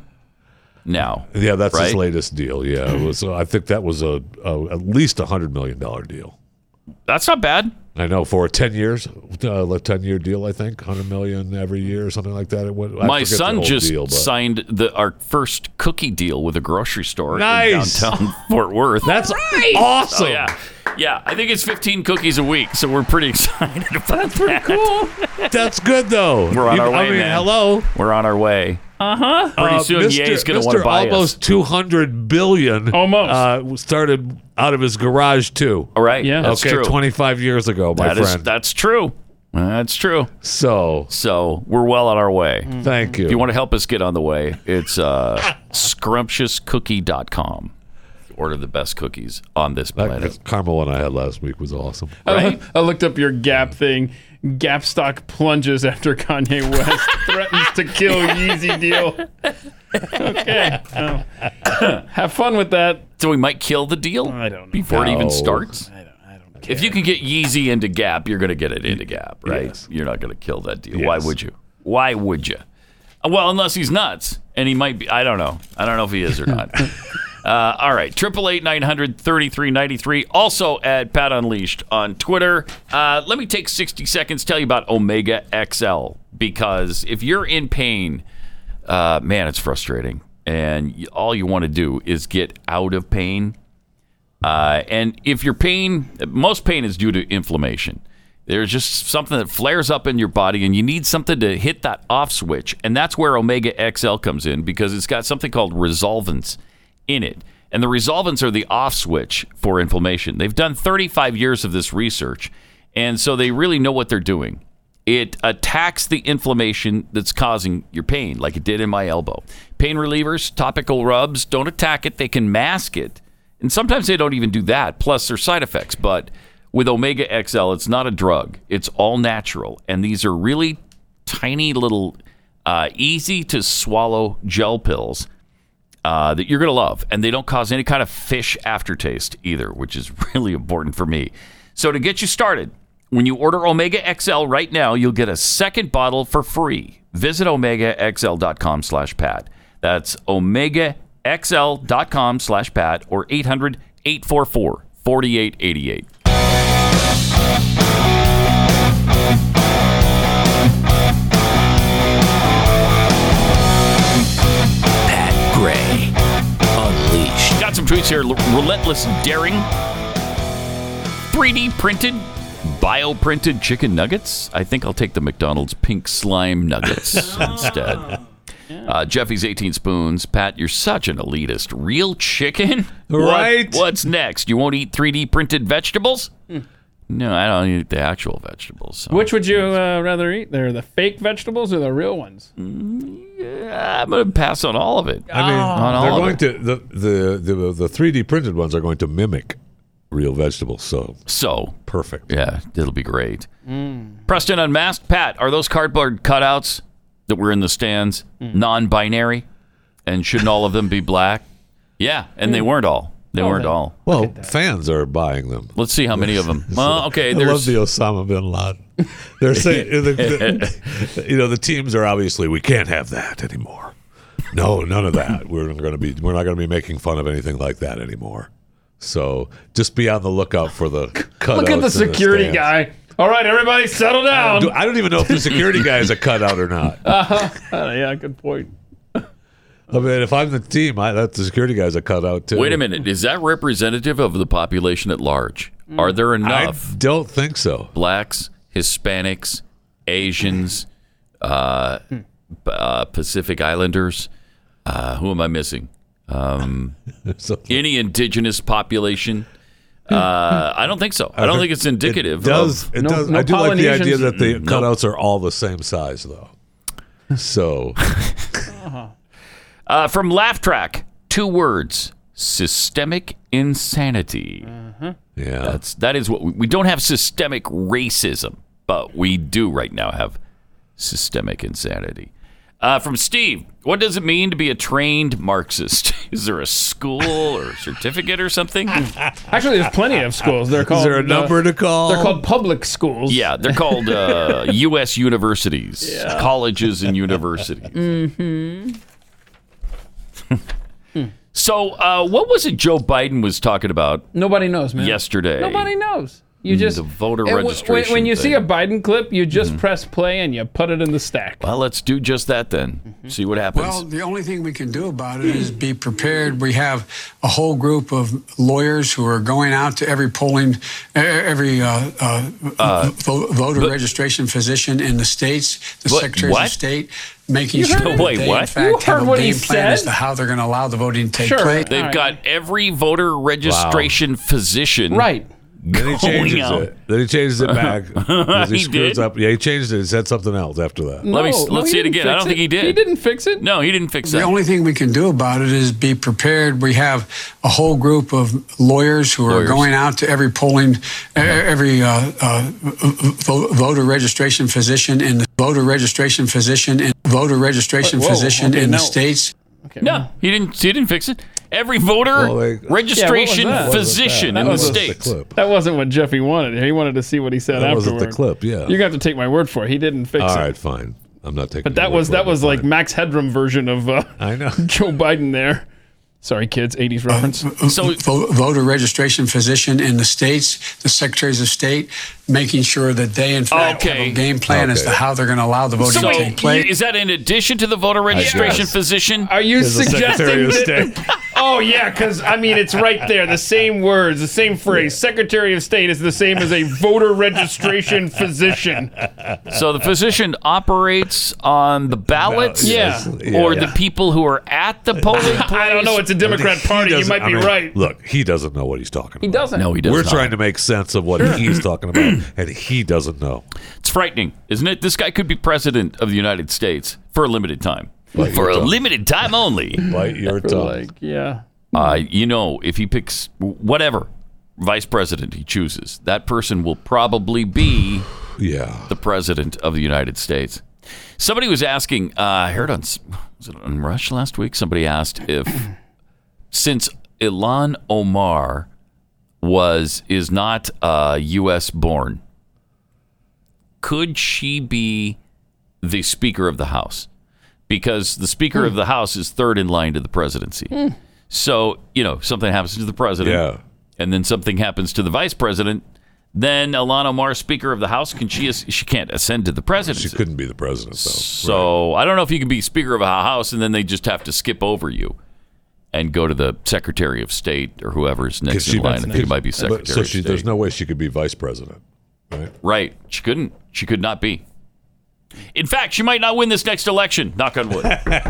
B: now.
I: Yeah, that's
B: right?
I: his latest deal. Yeah, it was. uh, I think that was a, a at least a hundred million dollar deal.
B: That's not bad.
I: I know for ten years, uh, like ten year deal. I think hundred million every year or something like that. It went, I
B: My
I: forget the
B: son
I: whole
B: just
I: deal, but-
B: signed the our first cookie deal with a grocery store
I: Nice.
B: in downtown Fort Worth.
I: That's
B: right. Oh,
I: awesome.
B: yeah. Yeah, I think it's 15 cookies a week, so we're pretty excited about that.
I: That's good though.
B: We're on
I: You-
B: our way,
I: I mean,
B: man.
I: Hello.
B: We're on our way.
C: Uh
I: Uh-huh.
C: huh.
B: Pretty soon, E Ye's going to want to buy us.
I: almost two hundred billion.
C: Almost
I: uh, started out of his garage too.
B: All right.
I: Yeah.
B: That's
I: okay.
B: true.
I: Twenty five years ago, my
B: That is-
I: friend.
B: that's true. That's true.
I: So,
B: so we're well on our way.
I: Thank you.
B: If you want to help us get on the way, it's uh, scrumptiouscookie.com. Order the best cookies on this planet.
I: caramel one I had last week was awesome.
C: Oh.
B: Right?
C: I looked up your Gap thing. Gap stock plunges after Kanye West threatens to kill Yeezy deal. Okay. Oh. Have fun with that.
B: So we might kill the deal I don't know. before it even
C: No.
B: starts. I don't, I don't if you can get Yeezy into Gap, you're going to get it into Gap, right? You're not going to kill that deal. Why
C: Yes.
B: would you? Why would you? Uh, Well, unless he's nuts, and he might be. I don't know. I don't know if he is or not. uh, all right, triple eight nine hundred thirty three ninety three. Also at Pat Unleashed on Twitter. Uh, let me take sixty seconds tell you about Omega XL because if you're in pain, uh, man, it's frustrating, and y- all you want to do is get out of pain. Uh, and if your pain, most pain is due to inflammation. There's just something that flares up in your body, and you need something to hit that off switch. And that's where Omega XL comes in because it's got something called resolvents in it. And the resolvents are the off switch for inflammation. They've done 35 years of this research, and so they really know what they're doing. It attacks the inflammation that's causing your pain, like it did in my elbow. Pain relievers, topical rubs don't attack it, they can mask it. And sometimes they don't even do that. Plus, there's side effects. But with Omega XL, it's not a drug, it's all natural. And these are really tiny little, uh, easy to swallow gel pills uh, that you're going to love. And they don't cause any kind of fish aftertaste either, which is really important for me. So, to get you started, when you order Omega XL right now, you'll get a second bottle for free. Visit omegaxl.com slash Pat. That's omegaxl.com slash Pat or 800 844 4888. Pat Gray Unleashed. Got some tweets here. Relentless daring. 3D printed, bio printed chicken nuggets. I think I'll take the McDonald's pink slime nuggets instead. Uh, Jeffy's 18 spoons. Pat, you're such an elitist. Real chicken? What-
I: Right. Hmm.
B: what's next? You won't eat 3D printed vegetables? No, I don't eat the actual vegetables. so.
C: Which would you uh, rather eat? They're the fake vegetables or the real ones?
B: I'm going to pass on all of it.
I: I mean,
B: on all
I: they're
B: of
I: going
B: it.
I: to the, the the the 3D printed ones are going to mimic real vegetables. So
B: so
I: perfect.
B: Yeah, it'll be great.
I: Mm.
B: Preston Unmasked. Pat, are those cardboard cutouts that were in the stands
I: Mm.
B: non binary? And shouldn't all of them be black? Yeah, and they weren't all. They
I: Oh,
B: weren't
I: then.
B: all.
I: Well, fans are buying them.
B: Let's see how many of them. Well, okay,
I: I love
B: there's.
I: the Osama bin Laden. They're saying, the- the- you know, the teams are obviously we can't have that anymore. No, none of that. We're going to be we're not going to be making fun of anything like that anymore. So just be on the lookout for the cutouts.
C: Look at
I: in
C: the security
I: stands.
C: guy. All right, everybody, settle down.
I: Do- I don't even know if the security guy is a cutout or not.
C: Uh-huh. Uh, yeah, good point.
I: I mean, if I'm the team, I, that's the security guy's a cutout too.
B: Wait a minute. Is that representative of the population at large? Are there enough?
I: Mm. I don't think so.
B: Blacks, Hispanics, Asians,
I: Mm.
B: uh,
I: Hmm.
B: p- uh, Pacific Islanders. Uh, who am I missing? Um, any indigenous population? Uh, I don't think so. I don't think it's indicative.
I: It does.
B: of-
I: it does. I do like the idea that the cutouts are all the same size though. So
B: Uh, from Laugh Track, two words: systemic insanity.
I: Yeah,
B: that's that is what we, we don't have systemic racism, but we do right now have systemic insanity. Uh, from Steve, What does it mean to be a trained Marxist? Is there a school or a certificate or something?
C: Actually, there's plenty of schools. They're called. uh, They're called public schools.
B: Yeah, they're called uh, U.S. universities, colleges and universities.
O: Mm-hmm.
B: So, uh, what was it Joe Biden was talking about
C: Nobody knows, man.
B: yesterday?
C: Nobody knows. You just
B: the voter
C: And wh- when-
B: registration.
C: When, you see
B: thing.
C: a Biden clip, you just press play and you put it in the stack.
B: well, let's do just that then. See what happens.
P: Mm-hmm. Well, the only thing we can do about it is be prepared. We have a whole group of lawyers who are going out to every polling, e- every uh, uh, vo- voter registration physician in the states, the
B: What?
P: secretaries
B: What?
P: of state, making
B: You
P: sure
B: heard
P: that
B: Wait,
P: they
B: what?
P: in fact
B: You heard
P: have a
B: what he
P: game plan as
B: said?
P: to how they're going to allow the voting to take place.
B: They've got every voter registration physician.
C: Right.
I: Then he changes it. Then he changes it back. 'cause
B: He
I: screws
B: did?
I: up. Yeah, he changed it. He said something else after that.
B: Let me s-
P: No, no,
B: let's see
P: he
B: it
P: didn't
B: again. I
P: fix
B: don't think
P: it.
B: he did.
P: He
C: didn't fix it.
B: No, he didn't fix
P: The
B: that.
P: only thing we can do about it is be prepared. We have a whole group of lawyers who
B: Lawyers.
P: are going out to every polling, e- every uh, uh, vo- voter registration physician in the voter registration physician in voter registration
B: Whoa, whoa,
P: physician
B: okay,
P: in the
B: no.
P: states.
B: No, he didn't. He didn't fix it. Every voter registration physician in the states.
C: That wasn't what Jeffy wanted. He wanted to see what he said
I: That
C: afterward.
I: wasn't the clip, yeah.
C: You got to take my word for it. He didn't fix
I: All
C: it.
I: right, fine. I'm not taking.
C: But that
I: your word
C: was
I: for
C: that
I: it.
C: was like Max Headroom version of uh,
I: I know
C: Joe Biden there. Sorry, kids, 80s reference.
P: So, voter registration physician in the states, the secretaries of state, making sure that they, in fact,
B: Okay.
P: have a game plan as to
B: Okay.
P: how they're going to allow the voting
B: So
P: to
B: wait,
P: take place.
B: is that in addition to the voter registration
C: guess.
B: physician?
C: Are you
B: Is the Secretary
C: suggesting
B: of
C: that? oh yeah, because I mean it's right there. The same words, the same phrase. Secretary of State is the same as a voter registration physician.
B: So the physician operates on the ballots,
C: yes, yeah.
B: or the
C: Yeah.
B: people who are at the polling place.
C: I don't know. It's a Democrat Party. You
I: doesn't-
C: might
I: I
C: be
I: mean,
C: right.
I: Look, he doesn't know what he's talking about.
C: He doesn't.
B: No, he does
I: We're
B: not.
I: trying to make sense of what he's talking about, and he doesn't know.
B: It's frightening, isn't it? This guy could be president of the United States for a limited time.
I: Bite
B: for
I: your
B: a
I: tongue.
B: limited time only.
I: Bite your
C: tongue. Like, yeah.
B: Uh, you know, if he picks whatever vice president he chooses, that person will probably be
I: yeah.
B: the president of the United States. Somebody was asking, uh, I heard on, s- was it on Rush last week, somebody asked if since Ilan Omar was is not uh, U.S. born, could she be the Speaker of the House? Because the Speaker of the House is third in line to the presidency. So you know, something happens to the president, and then something happens to the vice president. Then Alana Omar, Speaker of the House, can she she can't ascend to the presidency? She
I: couldn't be the president, though.
B: So I don't know if you can be Speaker of a House, and then they just have to skip over you and go to the Secretary of State or whoever's next in line. I think it might be
I: but-
B: Secretary
I: So
B: of
I: she,
B: State.
I: there's no way she could be vice president.
B: Right. She couldn't. She could not be. In fact, she might not win this next election. Knock on wood.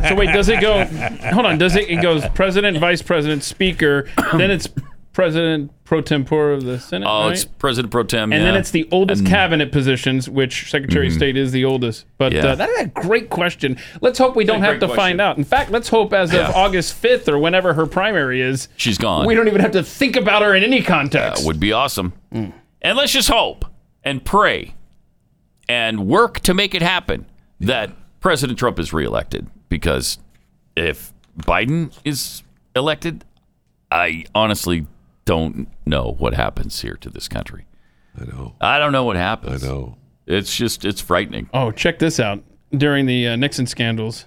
C: So wait, does it go? Hold on. Does it? It goes president, vice president, speaker. Then it's president pro tempore of the Senate.
B: Oh,
C: right?
B: it's President Pro Tem.
C: and then
B: yeah.
C: it's the oldest cabinet positions, which Secretary
B: Mhm.
C: of State is the oldest. But
B: Yeah.
C: uh, that is a great question. Let's hope we
B: It's a
C: don't have
B: great
C: to
B: question.
C: find out. In fact, let's hope as
B: Yeah.
C: of August 5th or whenever her primary is,
B: She's gone.
C: we don't even have to think about her in any context.
B: That would be awesome. And let's just hope and pray and work to make it happen that President Trump is reelected. Because if Biden is elected, I honestly don't know what happens here to this country.
I: I know.
B: I don't know what happens.
I: I know.
B: It's just, it's frightening.
C: Oh, check this out. During the uh, Nixon scandals,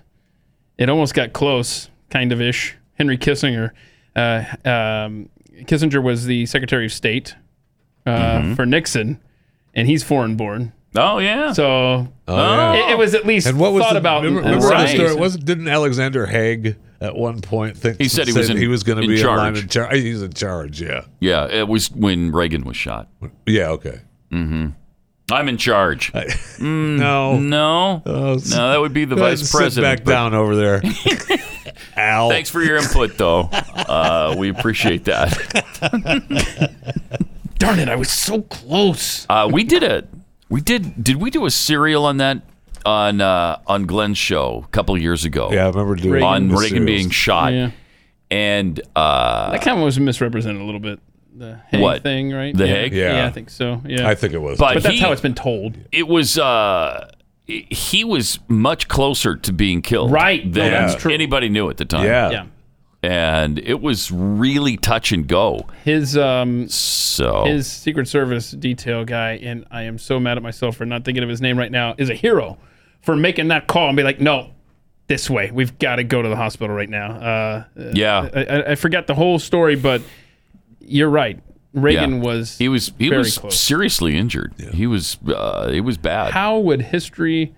C: it almost got close, kind of ish. Henry Kissinger. Uh, um, Kissinger was the Secretary of State uh,
B: Mhm.
C: for Nixon, and he's foreign born.
B: Oh, yeah.
C: So
I: Oh, yeah.
C: it, it was at least
I: And what was
C: thought
I: the-
C: about.
I: Remember,
C: in-
I: remember
C: in
I: the
C: some
I: story?
C: ways.
I: Was didn't Alexander Haig at one point think
B: He said he was in-
I: going to
B: in
I: be a
B: charge.
I: line in charge? He's in charge. Yeah.
B: Yeah, it was when Reagan was shot.
I: Yeah. Okay.
B: hmm I'm in charge. Mm,
I: no.
B: no,
I: Oh,
B: no,
I: s-
B: that would be the
I: go ahead
B: vice
I: and sit
B: president.
I: back
B: but-
I: down over there. Al.
B: Thanks for your input, though. Uh, we appreciate that.
C: Darn it! I was so close.
B: Uh, we did a, we did, did we do a serial on that on uh, on Glenn's show a couple years ago?
I: Yeah, I remember doing Reagan
B: on
I: was
B: Reagan
I: serious.
B: being shot,
C: Yeah.
B: and uh,
C: That kind of was misrepresented a little bit. The Hague
B: What?
C: thing, right?
B: The
C: yeah.
B: Hague?
C: Yeah.
B: Yeah.
C: I think so. Yeah,
B: I think it was.
C: But,
B: But
C: that's
B: he-
C: how it's been told.
B: it was uh he was much closer to being killed
C: Right. No,
B: than
C: that's true.
B: anybody knew at the time.
C: Yeah. Yeah.
B: And it was really touch and go.
C: His um
B: so
C: His Secret Service detail guy, and I am so mad at myself for not thinking of his name right now, is a hero for making that call and be like, no, this way. We've got to go to the hospital right now. Uh,
B: Yeah.
C: I, I, I forgot the whole story, but you're right. Reagan
B: yeah.
C: was.
B: he was he
C: very
B: was
C: close.
B: seriously injured. He was uh, it was bad.
C: How would history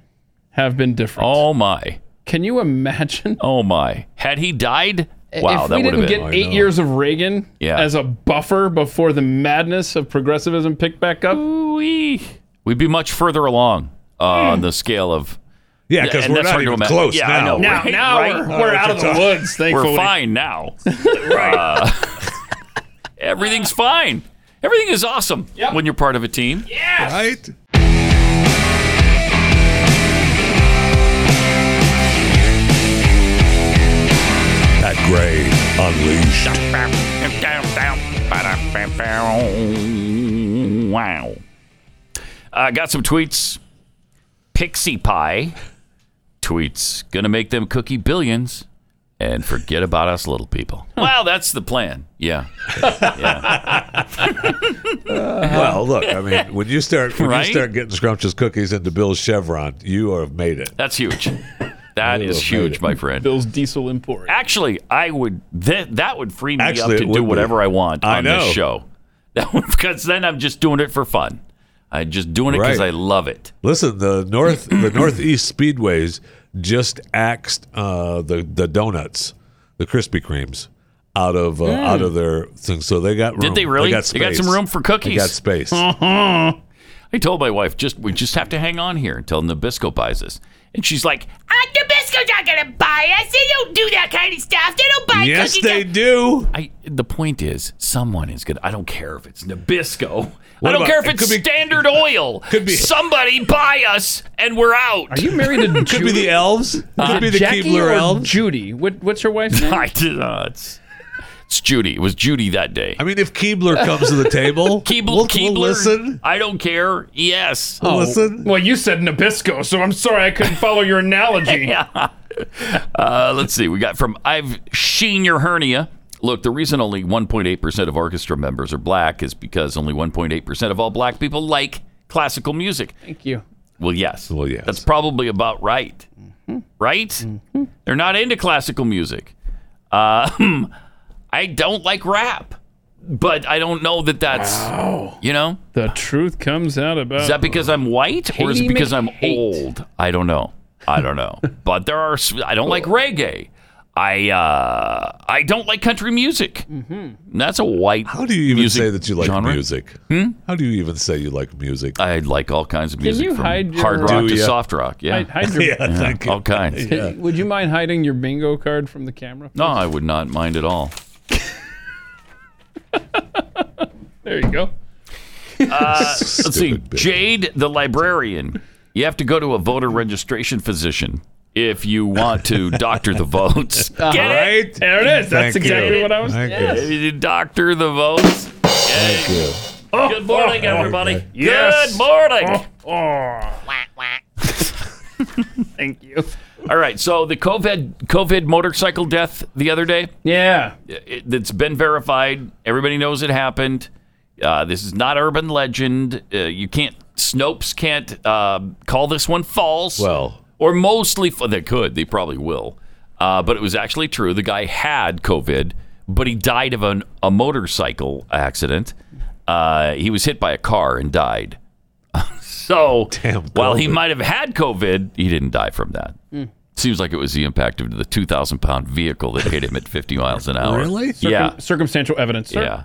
C: have been different?
B: Oh my!
C: Can you imagine?
B: Oh my! Had he died? Wow,
C: if
B: that
C: we
B: would have been
C: didn't get eight years of Reagan
B: Yeah.
C: as a buffer before the madness of progressivism picked back up,
B: We'd be much further along uh, on the scale of.
I: Yeah, 'cause
B: and
I: we're
B: that's
I: not
B: hard to
I: even
B: imagine.
I: close
B: yeah, I
I: now.
B: know.
C: Now-
B: right?
C: now
B: Right? Oh,
C: we're- we're out of the woods, thankfully.
B: We're fine now. right. Uh, everything's fine. Everything is awesome when you're part of a team.
C: Yes.
I: Right?
H: Pat Gray Unleashed.
B: Wow. Uh, got some tweets. Pixie Pie tweets. Gonna make them cookie billions and forget about us little people. Wow, that's the plan. Yeah.
I: well, look, I mean, when you start when
B: Uh-huh. Right?
I: you start getting scrumptious cookies into Bill's Chevron, you have made it.
B: That's huge. That
I: You
B: is
I: have made
B: huge,
I: it.
B: my friend.
C: Bill's diesel import.
B: Actually, I would that that would free me
I: Actually,
B: up to
I: it would
B: do
I: be.
B: whatever I want
I: I
B: on
I: know.
B: this show. That would, because then I'm just doing it for fun. I'm just doing it because
I: Right.
B: I love it.
I: Listen, the north the northeast speedways just axed uh, the the donuts, the Krispy Kremes, out of uh,
B: Mm.
I: out of their thing. So they got room.
B: Did they really?
I: They got,
B: They got
I: space.
B: some room for cookies.
I: They got space.
B: I told my wife just we just have to hang on here until Nabisco buys us, and she's like, "Ah, Nabisco's not gonna buy us. They don't do that kind of stuff. They don't buy
I: Yes,
B: cookies."
I: they do.
B: I the point is, someone is gonna. I don't care if it's Nabisco.
I: What
B: I don't
I: about-
B: care if
I: it
B: it's
I: could be-
B: Standard Oil. Could
I: be-
B: somebody buy us, and we're out.
C: Are you married to
I: Could be the elves.
C: Is
I: Could
C: it
I: be the
C: Uh, Jackie
I: Keebler
C: or
I: elves.
C: Judy. What, what's your wife's name?
B: I did not. It's, it's Judy. It was Judy that day.
I: I mean, if Keebler comes to the table,
B: Keebler,
I: we'll,
B: Keebler,
I: we'll listen.
B: I don't care. Yes.
C: Oh, Well, you said Nabisco, so I'm sorry I couldn't follow your analogy.
B: Uh, let's see. We got from I've seen your hernia. Look, the reason only 1.8% of orchestra members are black is because only 1.8% of all black people like classical music.
C: Thank you.
B: Well, yes. Well, yes. That's probably about right.
I: Mm-hmm.
B: Right? They're not into classical music. Uh, I don't like rap, but I don't know that that's, you know?
C: The truth comes out about.
B: Is that because I'm white or is it
C: Katie
B: because I'm
C: McHate.
B: old? I don't know. I don't know. but there are. s- I don't
I: Oh.
B: like reggae. I uh, I don't like country music. And That's a white. How
I: Mm-hmm. do you even
B: music
I: say that you like
B: genre. Hmm?
I: music? How do you even say you like music?
B: I like all kinds of
C: Can
B: music
C: you
B: from
C: hide your-
B: hard rock
I: Do
B: to
I: ya?
B: soft rock. Yeah,
C: Hide- hide your-
B: Uh,
I: Yeah, thank you.
B: all kinds.
I: Yeah.
C: Would you mind hiding your bingo card from the camera?
B: No, I would not mind at all.
C: There you go.
B: Uh, let's see. Jade the librarian. You have to go to a voter registration physician if you want to doctor the votes.
C: Ah.
B: Get it?
I: Right?
C: There it is. That's
I: Thank
C: exactly
I: you.
C: what I was.
I: Thank
C: Yeah.
I: you.
B: You Doctor the votes.
I: Thank you.
B: Good morning,
I: Oh,
B: everybody.
C: Yes.
B: Good morning.
C: Oh. Thank you.
B: All right. So the COVID COVID motorcycle death the other day.
C: Yeah.
B: It, has been verified. Everybody knows it happened. Uh, this is not urban legend. Uh, you can't. Snopes can't uh, call this one false.
I: Well-
B: or mostly fa- they could. They probably will. Uh, but it was actually true. The guy had COVID, but he died of an, a motorcycle accident. Uh, he was hit by a car and died. so while he
I: COVID.
B: might have had COVID, he didn't die from that. Seems like it was the impact of the 2,000 pound vehicle that hit him at 50 miles an hour.
C: Circum-
B: Yeah.
C: Circumstantial evidence. Sir.
B: Yeah.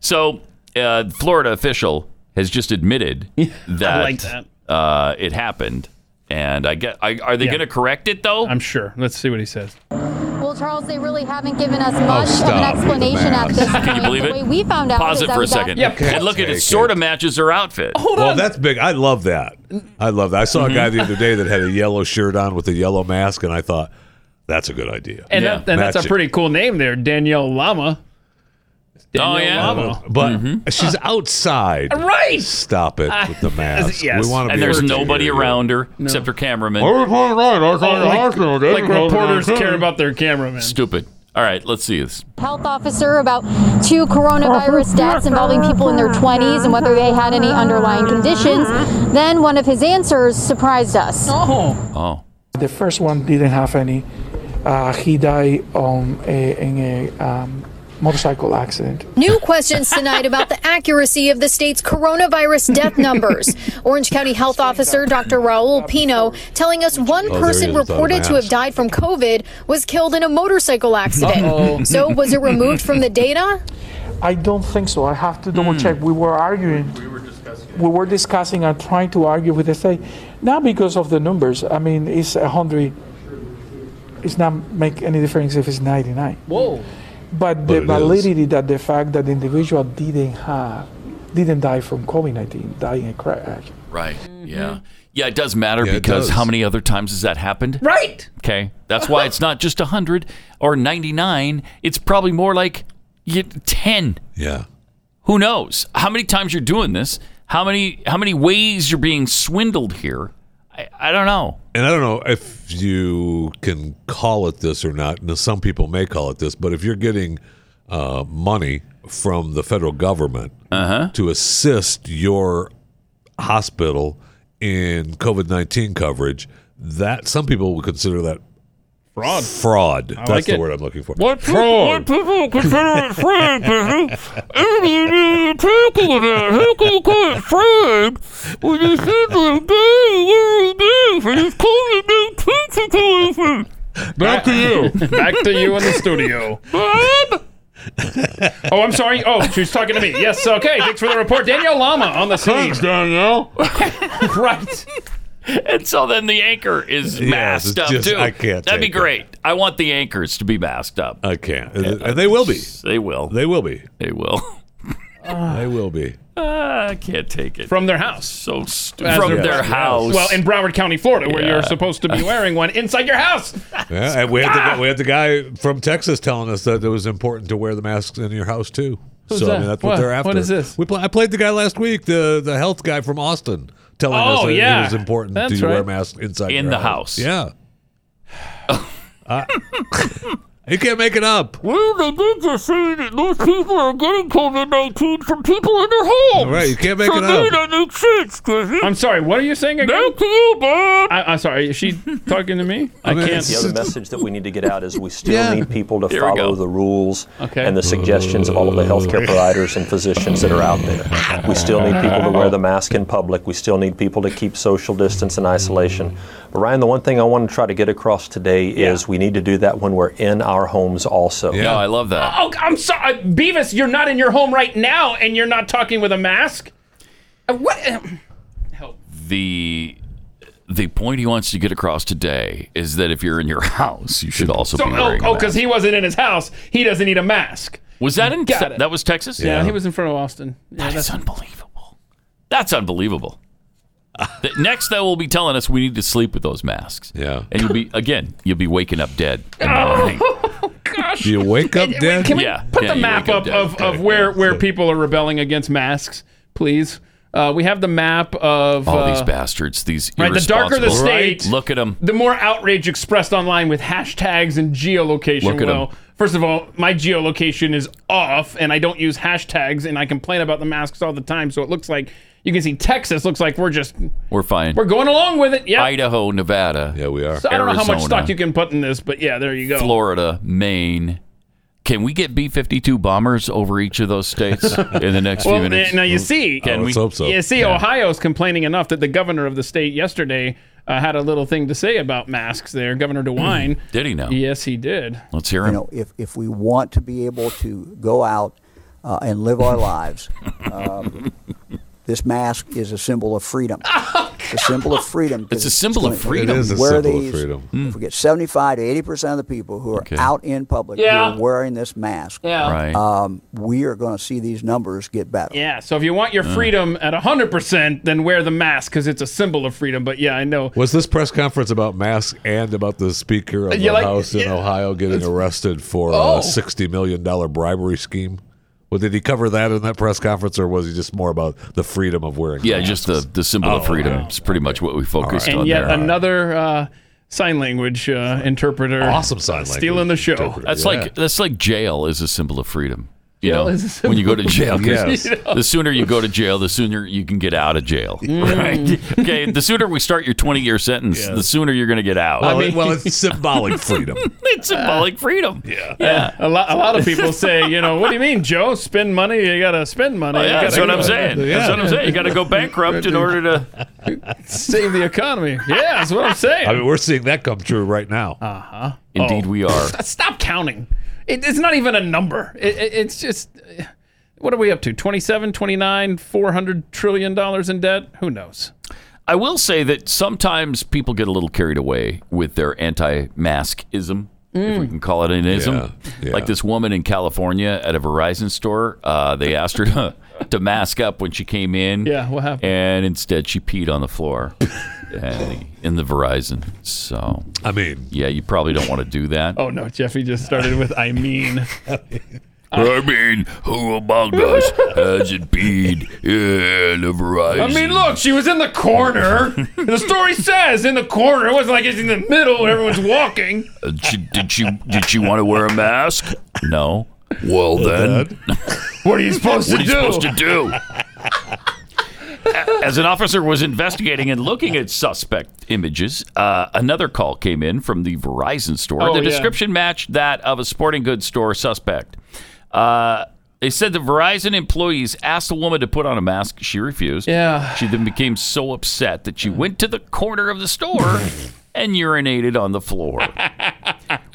B: So, uh, Florida official has just admitted that,
C: like that.
B: Uh, it happened. And I get, I, are they
C: Yeah.
B: going to correct it though?
C: I'm sure. Let's see what he says.
O: Well, Charles, they really haven't given us much of an
B: Oh, stop with the
O: explanation at
B: mask.
O: this point.
B: Can you believe
O: the
B: it?
O: way we found out
B: Pause
O: is
B: it
O: I
B: for a
O: was
B: second.
O: At-
B: and look at
I: Take
B: it. Sort of matches her outfit.
C: Oh,
I: Well, that's big. I love that. I love that. I saw a guy
B: Mm-hmm.
I: the other day that had a yellow shirt on with a yellow mask, and I thought, that's a good idea.
C: And, that, and that's
I: Match
C: a
I: it.
C: pretty cool name there, Danielle Lama. Danielle Lamo.
I: But
B: Mm-hmm.
I: she's
B: Uh,
I: outside.
C: Right.
I: Stop it with the mask.
B: Yes.
I: We want to
B: and
I: be
B: there's
I: able to
B: nobody
I: hear you.
B: around her except her cameraman.
C: Oh. like, like reporters care about their cameraman.
B: Stupid. All right, let's see this.
O: Health officer about two coronavirus deaths involving people in their 20s and whether they had any underlying conditions. Then one of his answers surprised us.
B: Oh.
Q: The first one didn't have any. Uh, he died on a, in a um, motorcycle accident.
F: New questions tonight about the accuracy of the state's coronavirus death numbers. Orange County Health Officer Dr. Raul Pino telling us one
O: Oh, there he
F: person
O: is without a
F: reported to
O: mask.
F: have died from COVID was killed in a motorcycle
Q: Uh-oh.
F: accident. So was it removed from the data?
Q: I don't think so. I have to double check. We were arguing. We were discussing. We were discussing and trying to argue with the state, not because of the numbers. I mean, it's a hundred. It's not make any difference if it's 99.
C: Whoa.
Q: But
C: But it
Q: the
C: is.
Q: validity that the fact that the individual didn't have, didn't die from COVID-19, dying uh, a crash.
B: Right.
C: Mm-hmm.
B: Yeah. Yeah, it does matter because
Q: does.
B: how many other times has that happened?
C: Right.
B: Okay. That's why it's not just 100 or 99. It's probably more like y- 10.
I: Yeah.
B: Who knows? How many times you're doing this? How many how many ways you're being swindled here? I, I don't know.
I: And I don't know if you can call it this or not. Now, some people may call it this, but if you're getting uh, money from the federal government to assist your hospital in COVID nineteen coverage, that some people would consider that
C: fraud.
I: Fraud.
C: I
I: That's
C: like
I: the
C: it.
I: word I'm looking for.
C: What people-
I: fraud?
C: people consider it fraud, Billy? Back to you. Back to you in the studio. Oh, I'm sorry. Oh, she's talking to me. Yes. Okay. Thanks for the report, Danielle Lama on the scene. Thanks, Danielle. right.
B: And so then the anchor is
I: Yes,
B: masked
I: it's
B: up
I: just-
B: too.
I: I can't
B: That'd be
I: take it.
B: great. I want the anchors to be masked up.
I: I can't. And they will be.
B: They will.
I: They will be.
B: They will.
I: they will be.
B: Ah, I can't take it.
C: From their house.
B: So stupid.
C: As
B: From
C: of-
B: their house.
C: Well, in Broward County, Florida, where
I: Yeah.
C: you're supposed to be wearing one inside your house.
I: Yeah, and we had, the, guy- we had the guy from Texas telling us that it was important to wear the masks in your house too.
C: Who's
I: so I
C: that?
I: mean, that's what,
C: What-
I: they're after.
C: what is this?
I: We play, I played the guy last week, the the health guy from Austin, telling us
C: Oh,
I: that
C: yeah.
I: it was important
C: That's
I: to wear
C: right.
I: masks inside
B: In
I: your
B: the house.
I: Yeah, I- you can't make it up.
C: Well, they did just say that those people are getting COVID 19 from people in their homes.
I: Right, you can't make So it
C: up.
I: maybe
C: that makes sense, I'm sorry, what are you saying again? Back to you, Bob. I, I'm sorry, is she talking to me? I, can't.
R: The other message that we need to get out is we still
C: Yeah.
R: need people to
C: Here we
R: follow
C: go.
R: the rules and the suggestions of all of the healthcare providers and physicians that are out there. We still need people to wear the mask in public. We still need people to keep social distance and isolation. But Ryan, the one thing I want to try to get across today is we need to do that when we're in our homes also.
B: Yeah, I love that.
C: Oh, I'm sorry, Beavis. You're not in your home right now, and you're not talking with a mask. Uh, What?
B: the the point he wants to get across today is that if you're in your house, you should also
C: So,
B: be
C: oh,
B: wearing.
C: oh,
B: a mask.
C: because he wasn't in his house, he doesn't need a mask.
B: was that in
C: Got it.
B: that was Texas?
C: Yeah, he was in front of Austin. Yeah, that's
B: unbelievable. That's unbelievable. The- Next, they will be telling us we need to sleep with those masks.
I: Yeah,
B: and you'll be again, you'll be waking up dead.
I: You wake up dead.
C: Can we
B: Yeah,
C: put
B: yeah,
C: the
B: you
C: map
B: wake
C: up
B: up dead.
C: of, of where, where people are rebelling against masks, please? Uh, we have the map of
B: All
C: uh,
B: these bastards, these
C: right, the darker the
B: irresponsible-
C: state-
B: Look at them.
C: the more outrage expressed online with hashtags and geolocation.
B: Look at
C: well,
B: 'em.
C: first of all, my geolocation is off, and I don't use hashtags, and I complain about the masks all the time. So it looks like you can see Texas looks like we're just
B: We're fine.
C: we're going along with it. Yeah.
B: Idaho, Nevada.
I: Yeah, we are.
C: So I don't know how much stock you can put in this, but yeah, there you go.
B: Florida, Maine. Can we get B fifty two bombers over each of those states in the next few
C: Well, eh,
B: minutes? Mm-hmm.
C: now you see,
B: Can we?
C: You see, Ohio's complaining enough that the governor of the state yesterday uh, had a little thing to say about masks. There, Governor DeWine.
B: Did he now?
C: Yes, he did.
B: Let's hear
S: You know, if, if we want to be able to go out uh, and live our lives, um, this mask is a symbol of freedom. It's a symbol of freedom. 'cause
B: Oh, It's a symbol of
S: going-
B: freedom. It is a
S: wear
B: symbol of
S: these,
B: freedom.
S: If we get 75 to 80 percent of the people who are
B: Okay.
S: out in public
C: Yeah.
S: who are wearing this mask,
C: Yeah.
B: Right.
S: um, we are going to see these numbers get better.
C: Yeah. So if you want
B: Mm.
C: your freedom at hundred percent, then wear the mask because it's a symbol of freedom. But yeah, I know.
I: Was this press conference about masks and about the Speaker of
C: You
I: the
C: like-
I: House in
C: yeah.
I: Ohio getting arrested for
C: Oh.
I: a sixty million dollar bribery scheme? Well, did he cover that in that press conference, or was he just more about the freedom of wearing?
B: Yeah, just the, the symbol of
I: Oh, okay.
B: freedom is pretty much what we focused
C: and
B: on
C: yet
B: there.
C: another uh, sign language uh, interpreter.
B: Awesome sign
C: Stealing the show.
B: That's like that's like jail is a symbol of freedom. You
C: Jail
B: know,
C: is a symbol
B: when you go to
C: of
B: jail, 'cause
C: Yes. You know?
B: the sooner you go to jail, the sooner you can get out of jail.
I: Mm.
B: Right? Okay, the sooner we start your twenty-year sentence,
I: Yes.
B: the sooner you're going to get out.
I: Well, I mean- it- well, it's symbolic freedom.
B: it's symbolic freedom.
I: Yeah.
C: Yeah. A, lot, a lot of people say, you know, what do you mean, Joe? Spend money? You got to spend money.
B: Oh,
C: You
B: yeah, that's
C: gotta
B: what I'm
C: go-
B: saying. That's what I'm saying. You got to go bankrupt in order to.
C: save the economy. Yeah, that's what I'm saying.
I: I mean, we're seeing that come true right now. Uh
C: huh.
B: Indeed, we are.
C: Stop counting. It, it's not even a number. It, it, it's just, what are we up to? 27, 29, 400 trillion dollars in debt? Who knows?
B: I will say that sometimes people get a little carried away with their anti-maskism,
C: Mm.
B: if we can call it an ism.
I: Yeah, yeah.
B: Like this woman in California at a Verizon store, uh, they asked her to, to mask up when she came in.
C: Yeah, what happened?
B: And instead, she peed on the floor and in the Verizon. So
I: I mean,
B: yeah, you probably don't want to do that.
C: Oh, no. Jeffy just started with, I mean.
B: I mean, who among us hasn't peed in the Verizon?
C: I mean, look, she was in the corner. the story says in the corner. It wasn't like it's in the middle where everyone's walking.
B: Uh, she- did she did she want to wear a mask? No. Well then,
C: what are you supposed to
B: what
C: do?
B: Are you supposed to do? A- As an officer was investigating and looking at suspect images, uh, another call came in from the Verizon store.
L: Oh,
B: the
L: yeah.
B: description matched that of a sporting goods store suspect. Uh, they said the Verizon employees asked the woman to put on a mask. She refused.
C: Yeah.
B: She then became so upset that she went to the corner of the store and urinated on the floor.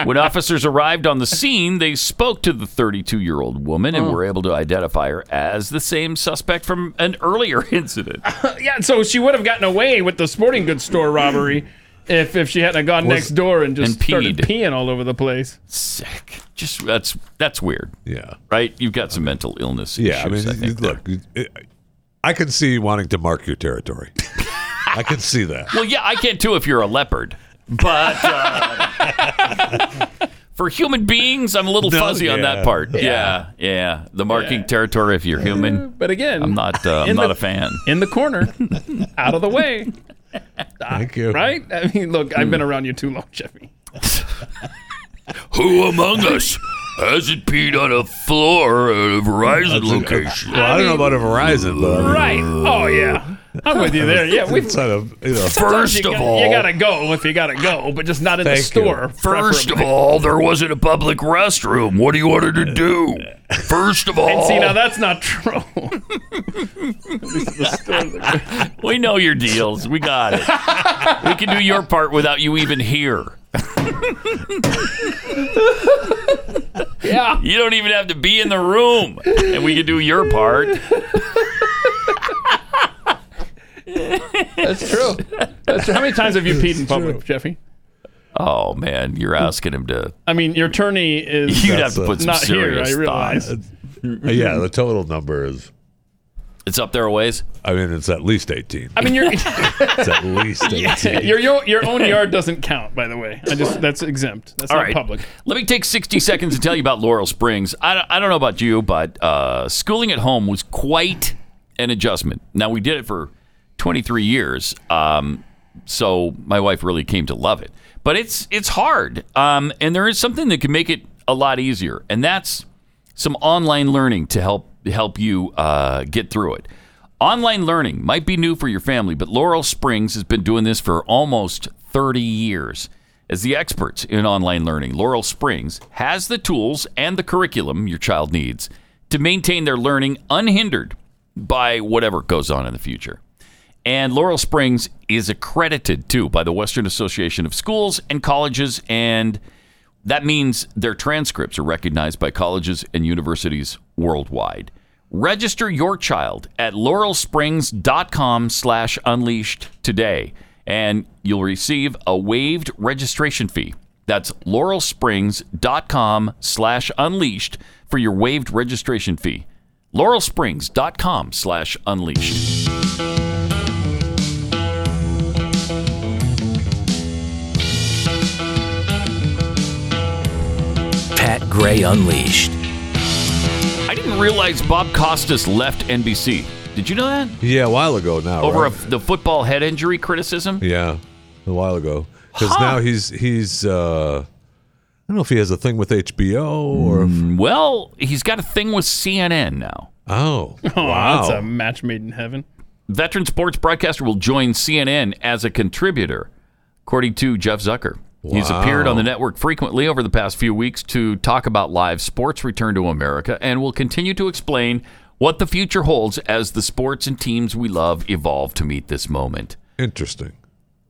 B: When officers arrived on the scene, they spoke to the 32 year old woman and
C: Oh.
B: were able to identify her as the same suspect from an earlier incident.
C: Yeah, so she would have gotten away with the sporting goods store robbery if, if she hadn't have gone
B: Was-
C: next door and just
B: and peed.
C: started peeing all over the place.
B: Sick. Just that's that's weird.
I: Yeah.
B: Right? You've got some mental illness
I: Yeah, I
B: issues,
I: mean,
B: think, there.
I: look, it- I can see you wanting to mark your territory. I can see that.
B: Well, yeah, I can too if you're a leopard. But uh, for human beings, I'm a little
C: No,
B: fuzzy on
C: yeah,
B: that part.
C: yeah.
B: Yeah, yeah. The marking territory if you're human.
C: But again,
B: I'm not. Uh, I'm
C: in
B: not
C: the-
B: a fan.
C: in the corner, out of the way.
I: Thank you.
C: Right? I mean, look, I've been around you too long, Jeffy.
B: Who among us hasn't peed on a floor at a Verizon location?
I: Well, I, don't know about a Verizon, but
C: Right. Oh, yeah. I'm with you there. Yeah, we've.
I: It's not a- you know,
C: Sometimes you got- you gotta go if you gotta go, but just not in the
B: Thank you.
C: store.
B: First of
C: preferably.
B: all, there wasn't a public restroom. What do you want her to do? First of all,
C: And see, now that's not true.
B: we know your deals. We got it. we can do your part without you even here.
C: yeah.
B: You don't even have to be in the room, and we can do your part.
C: That's true. That's true. How many times have you peed in public, Jeffy?
B: Oh man, you're asking him to.
C: I mean, your attorney is. uh,
B: You'd have to put some
C: not
B: serious
C: here. I realize.
B: thought.
I: Uh, yeah, the total number is.
B: It's up there a ways.
I: I mean, it's at least eighteen.
C: I mean, your
I: it's at least eighteen.
C: your your your own yard doesn't count, by the way. I just that's exempt. That's
B: All
C: not
B: right.
C: public.
B: Let me take 60 seconds to tell you about Laurel Springs. I don't, I don't know about you, but uh, schooling at home was quite an adjustment. Now, we did it for 23 years, um, so my wife really came to love it. But it's, it's hard, um, and there is something that can make it a lot easier, and that's some online learning to help, help you uh, get through it. Online learning might be new for your family, but Laurel Springs has been doing this for almost 30 years. As the experts in online learning, Laurel Springs has the tools and the curriculum your child needs to maintain their learning unhindered by whatever goes on in the future. And Laurel Springs is accredited too by the Western Association of Schools and Colleges, and that means their transcripts are recognized by colleges and universities worldwide. Register your child at laurelsprings.com/unleashed today, and you'll receive a waived registration fee. That's laurelsprings.com/unleashed for your waived registration fee. laurelsprings.com/unleashed.
T: Pat Gray Unleashed.
B: I didn't didn't realize Bob Costas left NBC. Did you know that?
I: Yeah, a while ago now.
B: Over
I: right?
B: a, the football head injury criticism?
I: Yeah, a while ago. Because
B: Huh.
I: now he's he's uh, I don't know if he has a thing with HBO or
B: Mm.
I: if,
B: Well, he's got a thing with CNN now.
I: Oh,
C: Oh,
B: wow.
C: that's a match made in heaven.
B: veteran sports broadcaster will join CNN as a contributor, according to Jeff Zucker. He's
I: Wow.
B: appeared on the network frequently over the past few weeks to talk about live sports return to America and will continue to explain what the future holds as the sports and teams we love evolve to meet this moment.
I: interesting.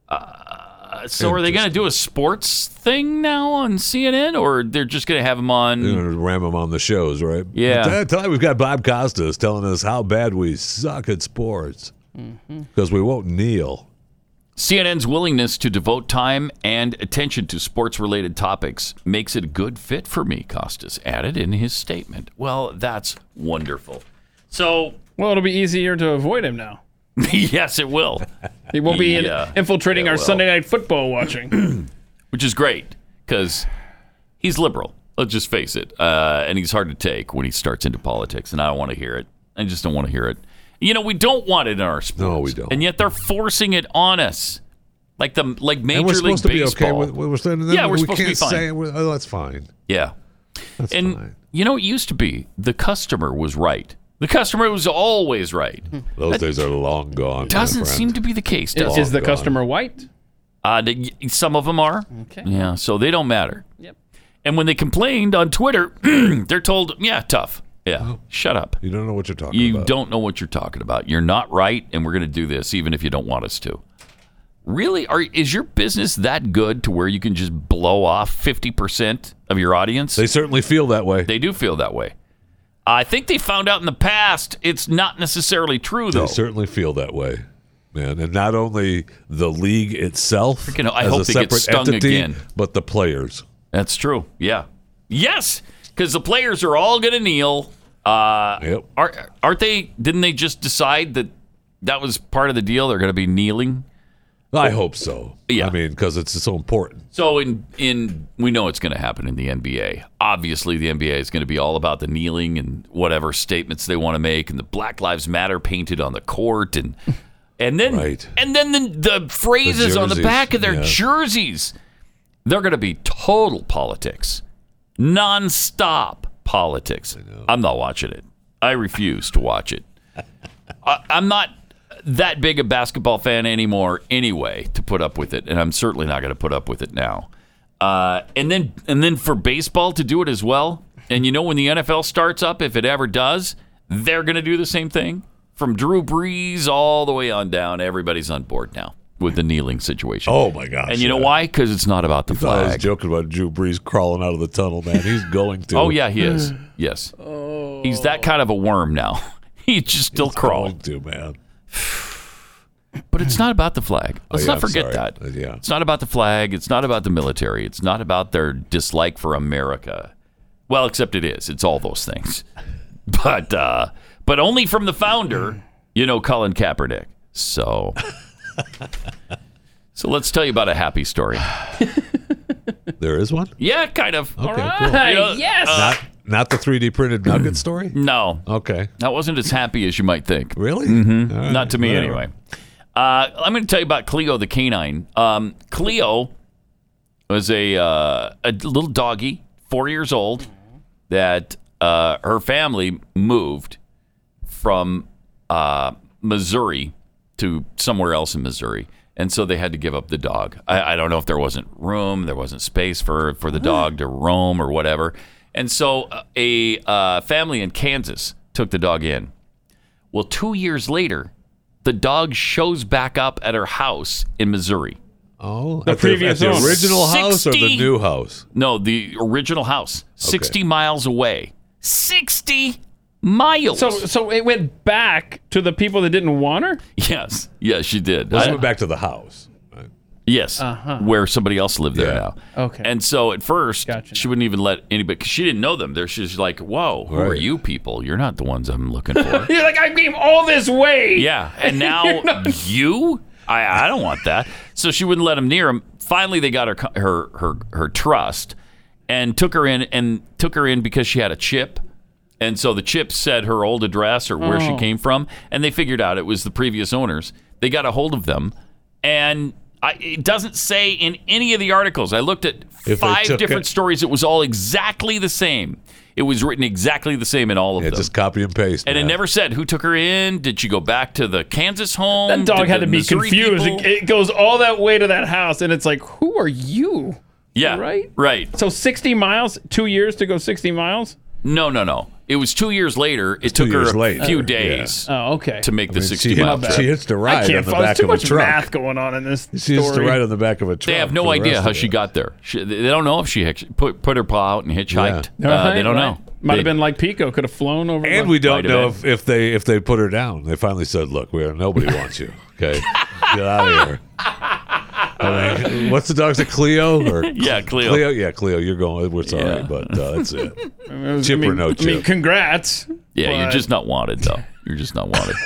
B: Uh, so, are they going to do a sports thing now on CNN or they're just going to have him on?
I: They're gonna ram him on the shows, right?
B: Mm. Yeah.
I: At that time, we've got Bob Costas telling us how bad we suck at sports
B: Mm-hmm.
I: because we won't kneel.
B: CNN's willingness to devote time and attention to sports related topics makes it a good fit for me, Costas added in his statement. Well, that's wonderful. So,
C: well, it'll be easier to avoid him now.
B: yes, it will.
C: He won't be in-
B: Yeah,
C: infiltrating
B: it
C: our
B: will.
C: Sunday night football watching.
B: Which is great because he's liberal. Let's just face it. Uh, and he's hard to take when he starts into politics, and I don't want to hear it. I just don't want to hear it. You know, we don't want it in our sports. No, we don't. And yet they're forcing it on us. Like the like major
I: and we're
B: league
I: supposed to be
B: baseball.
I: okay with what we're saying.
B: Yeah, we're
I: we
B: supposed to
I: can't
B: be fine.
I: say it. We're- oh, that's fine.
B: Yeah. and you know, it used to be the customer was right. The customer was always right.
I: Those
B: That
I: days are long gone. my
B: doesn't
I: friend.
B: seem to be the case.
C: Hmm. Is-
B: does
C: is
B: it?
C: the customer white?
B: Uh, the- y- some of them are. Okay. Yeah, so they don't matter. Yep. And when they complained on Twitter, they're told, yeah, tough. Yeah, shut up.
I: Oh. You don't know what you're talking
B: you
I: about.
B: don't know what you're talking about. You're not right, and we're going to do this even if you don't want us to. Really? Are is your business that good to where you can just blow off 50% of your audience? They
I: certainly feel that way.
B: They do feel that way. I think they found out in the past it's not necessarily true though.
I: They certainly feel that way, man. And not only the league itself
B: Freaking hell, I
I: as
B: hope
I: a
B: they get
I: separate
B: stung
I: entity,
B: again.
I: but the players.
B: That's true. Yeah. Yes, because the players are all going to kneel. Uh, Are aren't they? Didn't they just decide that that was part of the deal? They're going to be kneeling.
I: I hope so. Yeah. I mean, because it's so important.
B: So in in we know it's going to happen in the NBA. Obviously, the NBA is going to be all about the kneeling and whatever statements they want to make, and the Black Lives Matter painted on the court, and and then and then the, the phrases on the
L: jerseys,
B: back of their
L: yeah.
B: jerseys. They're going to be total politics, nonstop politics. I'm not watching it. I refuse to watch it. I, I'm not that big a basketball fan anymore, anyway, to put up with it, and I'm certainly not going to put up with it now. Uh, and then, and then for baseball to do it as well, and you know when the NFL starts up, if it ever does, they're going to do the same thing from Drew Brees all the way on down. Everybody's on board now with the kneeling situation.
I: Oh my gosh!
B: And you know why? Because it's not about the
I: You thought I was
B: flag.
I: joking about Drew Brees crawling out of the tunnel, man. He's going to.
B: Oh yeah, he is. Yes, he's that kind of a worm now. he just still crawls.
I: to man.
B: But it's not about the flag.
I: Oh,
B: Let's
I: yeah,
B: not
I: I'm
B: forget
I: sorry.
B: that.
I: Uh, yeah.
B: It's not about the flag. It's not about the military. It's not about their dislike for America. Well, except it is. It's all those things. But uh, but only from the founder, you know, Colin Kaepernick. So so let's tell you about a happy story.
I: There is one.
B: Yeah, kind of.
I: Okay,
B: cool. You know, uh, mm.
I: not not the 3D printed nugget story.
B: no.
I: Okay.
B: That wasn't as happy as you might think.
I: Really?
B: hmm
I: All right,
B: Not to me,
I: whatever.
B: anyway. Uh, I'm going to tell you about Cleo the canine. Um, Cleo was a uh, a little doggy, four years old, that uh, her family moved from uh, Missouri to somewhere else in Missouri, and so they had to give up the dog. I, I don't know if there wasn't room, there wasn't space for for the dog to roam or whatever, and so uh, a uh, family in Kansas took the dog in. Well, two years later, the dog shows back up at her house in Missouri.
I: Oh,
B: The
I: at the-
B: previous
I: at the
B: owner.
I: original house or the
B: 60.
I: new house?
B: No, the original house, 60 miles away. 60 miles.
C: So, so it went back to the people that didn't want her.
B: Yes. Yes, she did.
I: Well, she
B: I-
I: went back to the house.
B: Yes,
C: Uh-huh.
B: where somebody else lived there now.
C: Okay.
B: And so at first, she wouldn't even let anybody, because she didn't know them. There, she's like, whoa, who are you people? You're not the ones I'm looking for.
C: You're like I came all this way.
B: yeah. And now you? I, I don't want that. So she wouldn't let him near him. Finally, they got her, co- her, her, her trust and took her in and took her in because she had a chip. And so the chip said her old address or where she
L: Oh.
B: came from, and they figured out it was the previous owners. They got a hold of them, and I, it doesn't say in any of the articles. I looked at
L: they
B: five
L: took
B: different
L: it-
B: stories. It was all exactly the same. It was written exactly the same in all of them.
I: Just copy and paste.
B: And it
I: man.
B: never said who took her in. Did she go back to the Kansas home?
C: That dog
B: Did
C: had
B: the
C: to be
B: Missouri
C: confused.
B: people-
C: It, it goes all that way to that house, and it's like, who are you?
B: Yeah.
C: Right?
B: Right.
C: So 60 miles, two years to go 60 miles?
B: No, no, no. It was two years later. It took her
I: years
B: a
I: late.
B: few
I: Oh,
B: days.
C: yeah. Oh, okay.
B: To make the
I: I mean, she
B: sixty
I: hit-
B: mile
I: she
B: trip.
I: hits the ride
C: I can't
I: on the
C: follow.
I: back
C: There's too
I: of a
C: much
I: truck.
C: math going on in this
I: She used to
C: story.
I: ride on the back of a truck.
B: They have no
I: for the
B: idea
I: rest
B: how
I: of
B: she got there. She, they don't know if she hit- put put her paw out and hitchhiked.
I: Yeah.
B: Uh,
C: Right,
B: they don't
C: right.
B: know.
C: Might
B: They-
C: have been like Pico, could have flown over.
I: And
C: the-
I: we don't know if, if they if they put her down. They finally said, "Look, we are, nobody wants you. Okay, get out of here." I mean, what's the dog's name? Cleo or
B: Yeah, Cleo.
I: Cleo, yeah, Cleo. You're going. It's all right, but uh, that's it. Chip or no
C: I mean,
I: chip.
C: congrats.
B: Yeah, you're
C: but-
B: just not wanted though. You're just not wanted.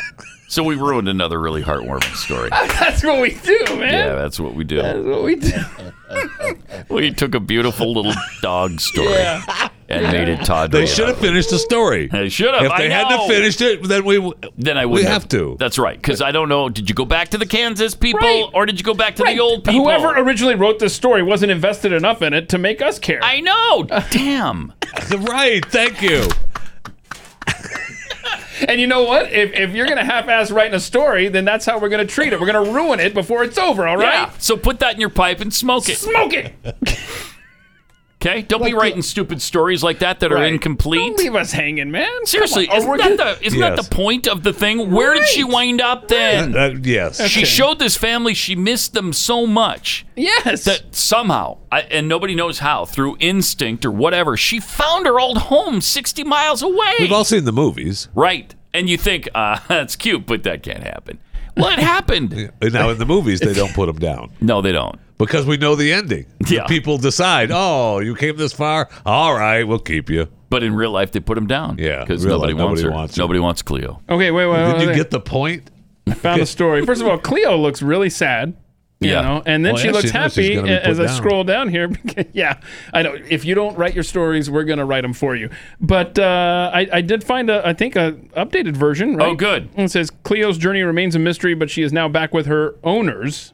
B: so we ruined another really heartwarming story.
C: That's what we do, man.
B: Yeah, that's what we do.
C: That's what we do.
B: We took a beautiful little dog story
C: Yeah.
B: and made it Todd.
I: They should have finished the story.
B: They should have.
I: If they
B: I
I: hadn't have
B: know.
I: finished it, then we w-
B: Then I
I: we
B: would
I: have to.
B: That's right. Because I don't know. Did you go back to the Kansas people or did you go back to the old people?
C: Whoever originally wrote this story wasn't invested enough in it to make us care. I
B: know. Damn.
I: right. Thank you.
C: And you know what? If, if you're going to half ass writing a story, then that's how we're going to treat it. We're going to ruin it before it's over, all right?
B: Yeah. So put that in your pipe and smoke it.
C: Smoke it.
B: Okay. Don't be writing stupid stories like that that are
C: Right.
B: incomplete.
C: Don't leave us hanging, man.
B: Seriously,
C: Come on. Or
B: isn't
C: we're
B: that
C: gonna-
B: the isn't that
I: Yes.
B: the point of the thing? Where did she
C: Right.
B: wind up then?
I: Uh, yes.
B: She showed this family she missed them so much.
C: Yes.
B: That somehow, I, and nobody knows how, through instinct or whatever, she found her old home 60 miles away.
I: We've all seen the movies.
B: right. And you think, uh, that's cute, but that can't happen. Well, it happened.
I: And now in the movies, they don't put them down.
B: No, they don't.
I: Because we know the ending. The
B: Yeah.
I: people decide, oh, you came this far? All right, we'll keep you.
B: But in real life, they put them down.
I: Yeah.
B: Because
I: real
B: nobody,
I: life,
B: wants her.
I: her.
B: Nobody wants Cleo.
C: Okay, wait, wait, wait.
I: Did you
C: wait.
I: get the point?
C: I found the story. First of all, Cleo looks really sad. You
B: Yeah.
C: know, and then
B: Well,
C: she
B: yeah,
C: looks
B: she knows she's
C: happy
B: gonna be
C: a- as
B: put
C: I
B: down.
C: scroll down here. because- yeah, I know. If you don't write your stories, we're gonna write them for you. But uh, I, I did find a, I think a updated version. Right? Oh,
B: good.
C: It says Cleo's journey remains a mystery, but she is now back with her owners.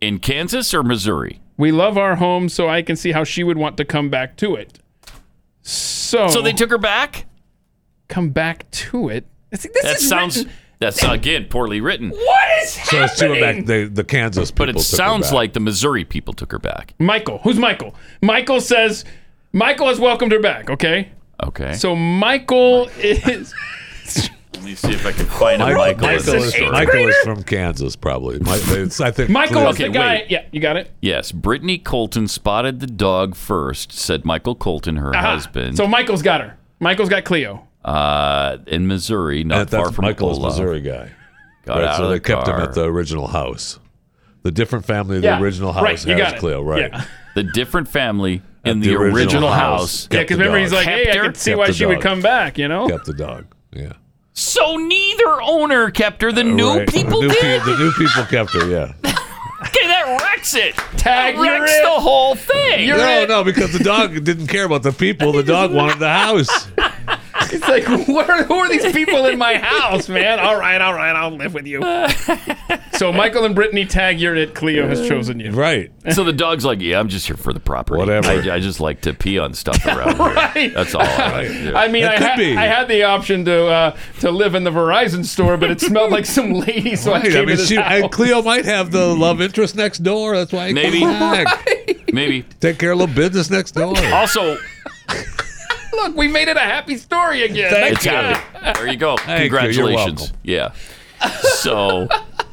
B: In Kansas or Missouri?
C: We love our home, so I can see how she would want to come back to it. So,
B: So they took her back?
C: come back to it. See, this
B: That
C: is
B: sounds,
C: written-
B: that's again poorly written.
C: What is
I: So it's two
C: happening?
I: back the, the Kansas people.
B: But it
I: took her
B: sounds
I: back.
B: like the Missouri people took her back.
C: Michael. Who's Michael? Michael says Michael has welcomed her back. Okay.
B: Okay.
C: So Michael is
B: Let me see if I can find a Michael. in
I: Michael,
B: this
I: is,
B: story.
I: Michael is from Kansas, probably. Mi- it's- I think
C: Michael
I: Cleo-
C: is the guy. Yeah, you got it.
B: Yes, Brittany Colton spotted the dog first, said Michael Colton, her
C: Aha.
B: husband,
C: Uh-huh. So Michael's got her. Michael's got Cleo.
B: uh, in Missouri, not
I: That- that's
B: far from
I: Michael's
B: Olaf.
I: Missouri guy.
B: Got
I: Right,
B: out
I: so
B: of
I: they
B: the
I: kept him
B: car.
I: at the original house. The different family of the
C: Yeah,
I: original house
C: right, you got
I: has
C: it.
I: Cleo, right?
C: Yeah.
B: The different family in
I: At
B: the,
I: the
B: original,
I: original
B: house.
I: house.
C: Yeah,
I: Kept
C: because
I: the
C: remember
I: dog.
C: he's like, hey, I
B: Kept her?
C: could see
I: Kept
C: why
I: the
C: she would
I: dog.
C: come back. You know.
I: Kept the dog. Yeah.
B: So neither owner kept her. The new
I: Right.
B: people
I: the new,
B: did.
I: pe- the new people kept her, yeah.
B: okay, that wrecks it.
C: Tag,
B: that wrecks
C: you're it.
B: the whole thing.
I: no, no, because the dog didn't care about the people. The dog wanted the house.
C: It's like, what are, who are these people in my house, man? All right, all right, I'll live with you. so Michael and Brittany tag you're it. Cleo has chosen you.
I: Right.
B: So the dog's like, yeah, I'm just here for the property.
I: Whatever.
B: I, I just like to pee on stuff around here.
C: Right.
B: That's all. I, like to do.
C: I mean,
B: That
C: I,
B: could
C: ha-
B: be.
C: I had the option to uh, to live in the Verizon store, but it smelled like some lady, so I
I: Right,
C: came
I: I mean,
C: to this
I: she,
C: house.
I: I, Cleo might have the love interest next door. That's why I came
B: Maybe.
I: back.
B: Maybe.
I: Take care of a little business next door.
B: Also,
C: Look, we made it a happy story again.
B: it's happening. There you go.
I: you. You're
B: Congratulations. yeah. So,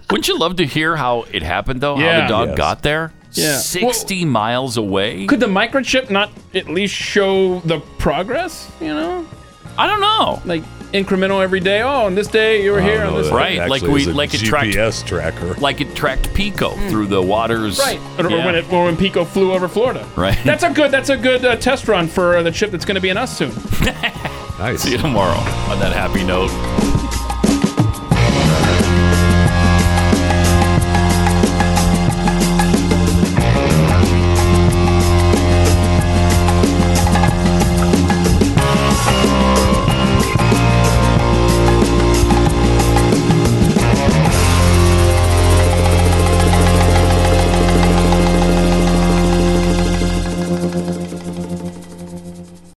B: wouldn't you love to hear how it happened though? How
C: Yeah.
B: the dog
C: Yes.
B: got there?
C: Yeah.
B: Sixty miles away.
C: Could the microchip not at least show the progress? You know,
B: I don't know.
C: like incremental every day. Oh, on this day you were here. On this
B: Right,
C: day.
B: like we- like it tracked-
I: GPS tracker.
B: Like it tracked Pico through the waters.
C: Right, or, or
B: Yeah.
C: when it, or when Pico flew over Florida.
B: Right.
C: That's a good. That's a good uh, test run for uh, the chip that's going to be in us soon.
I: Nice.
B: See you tomorrow on that happy note.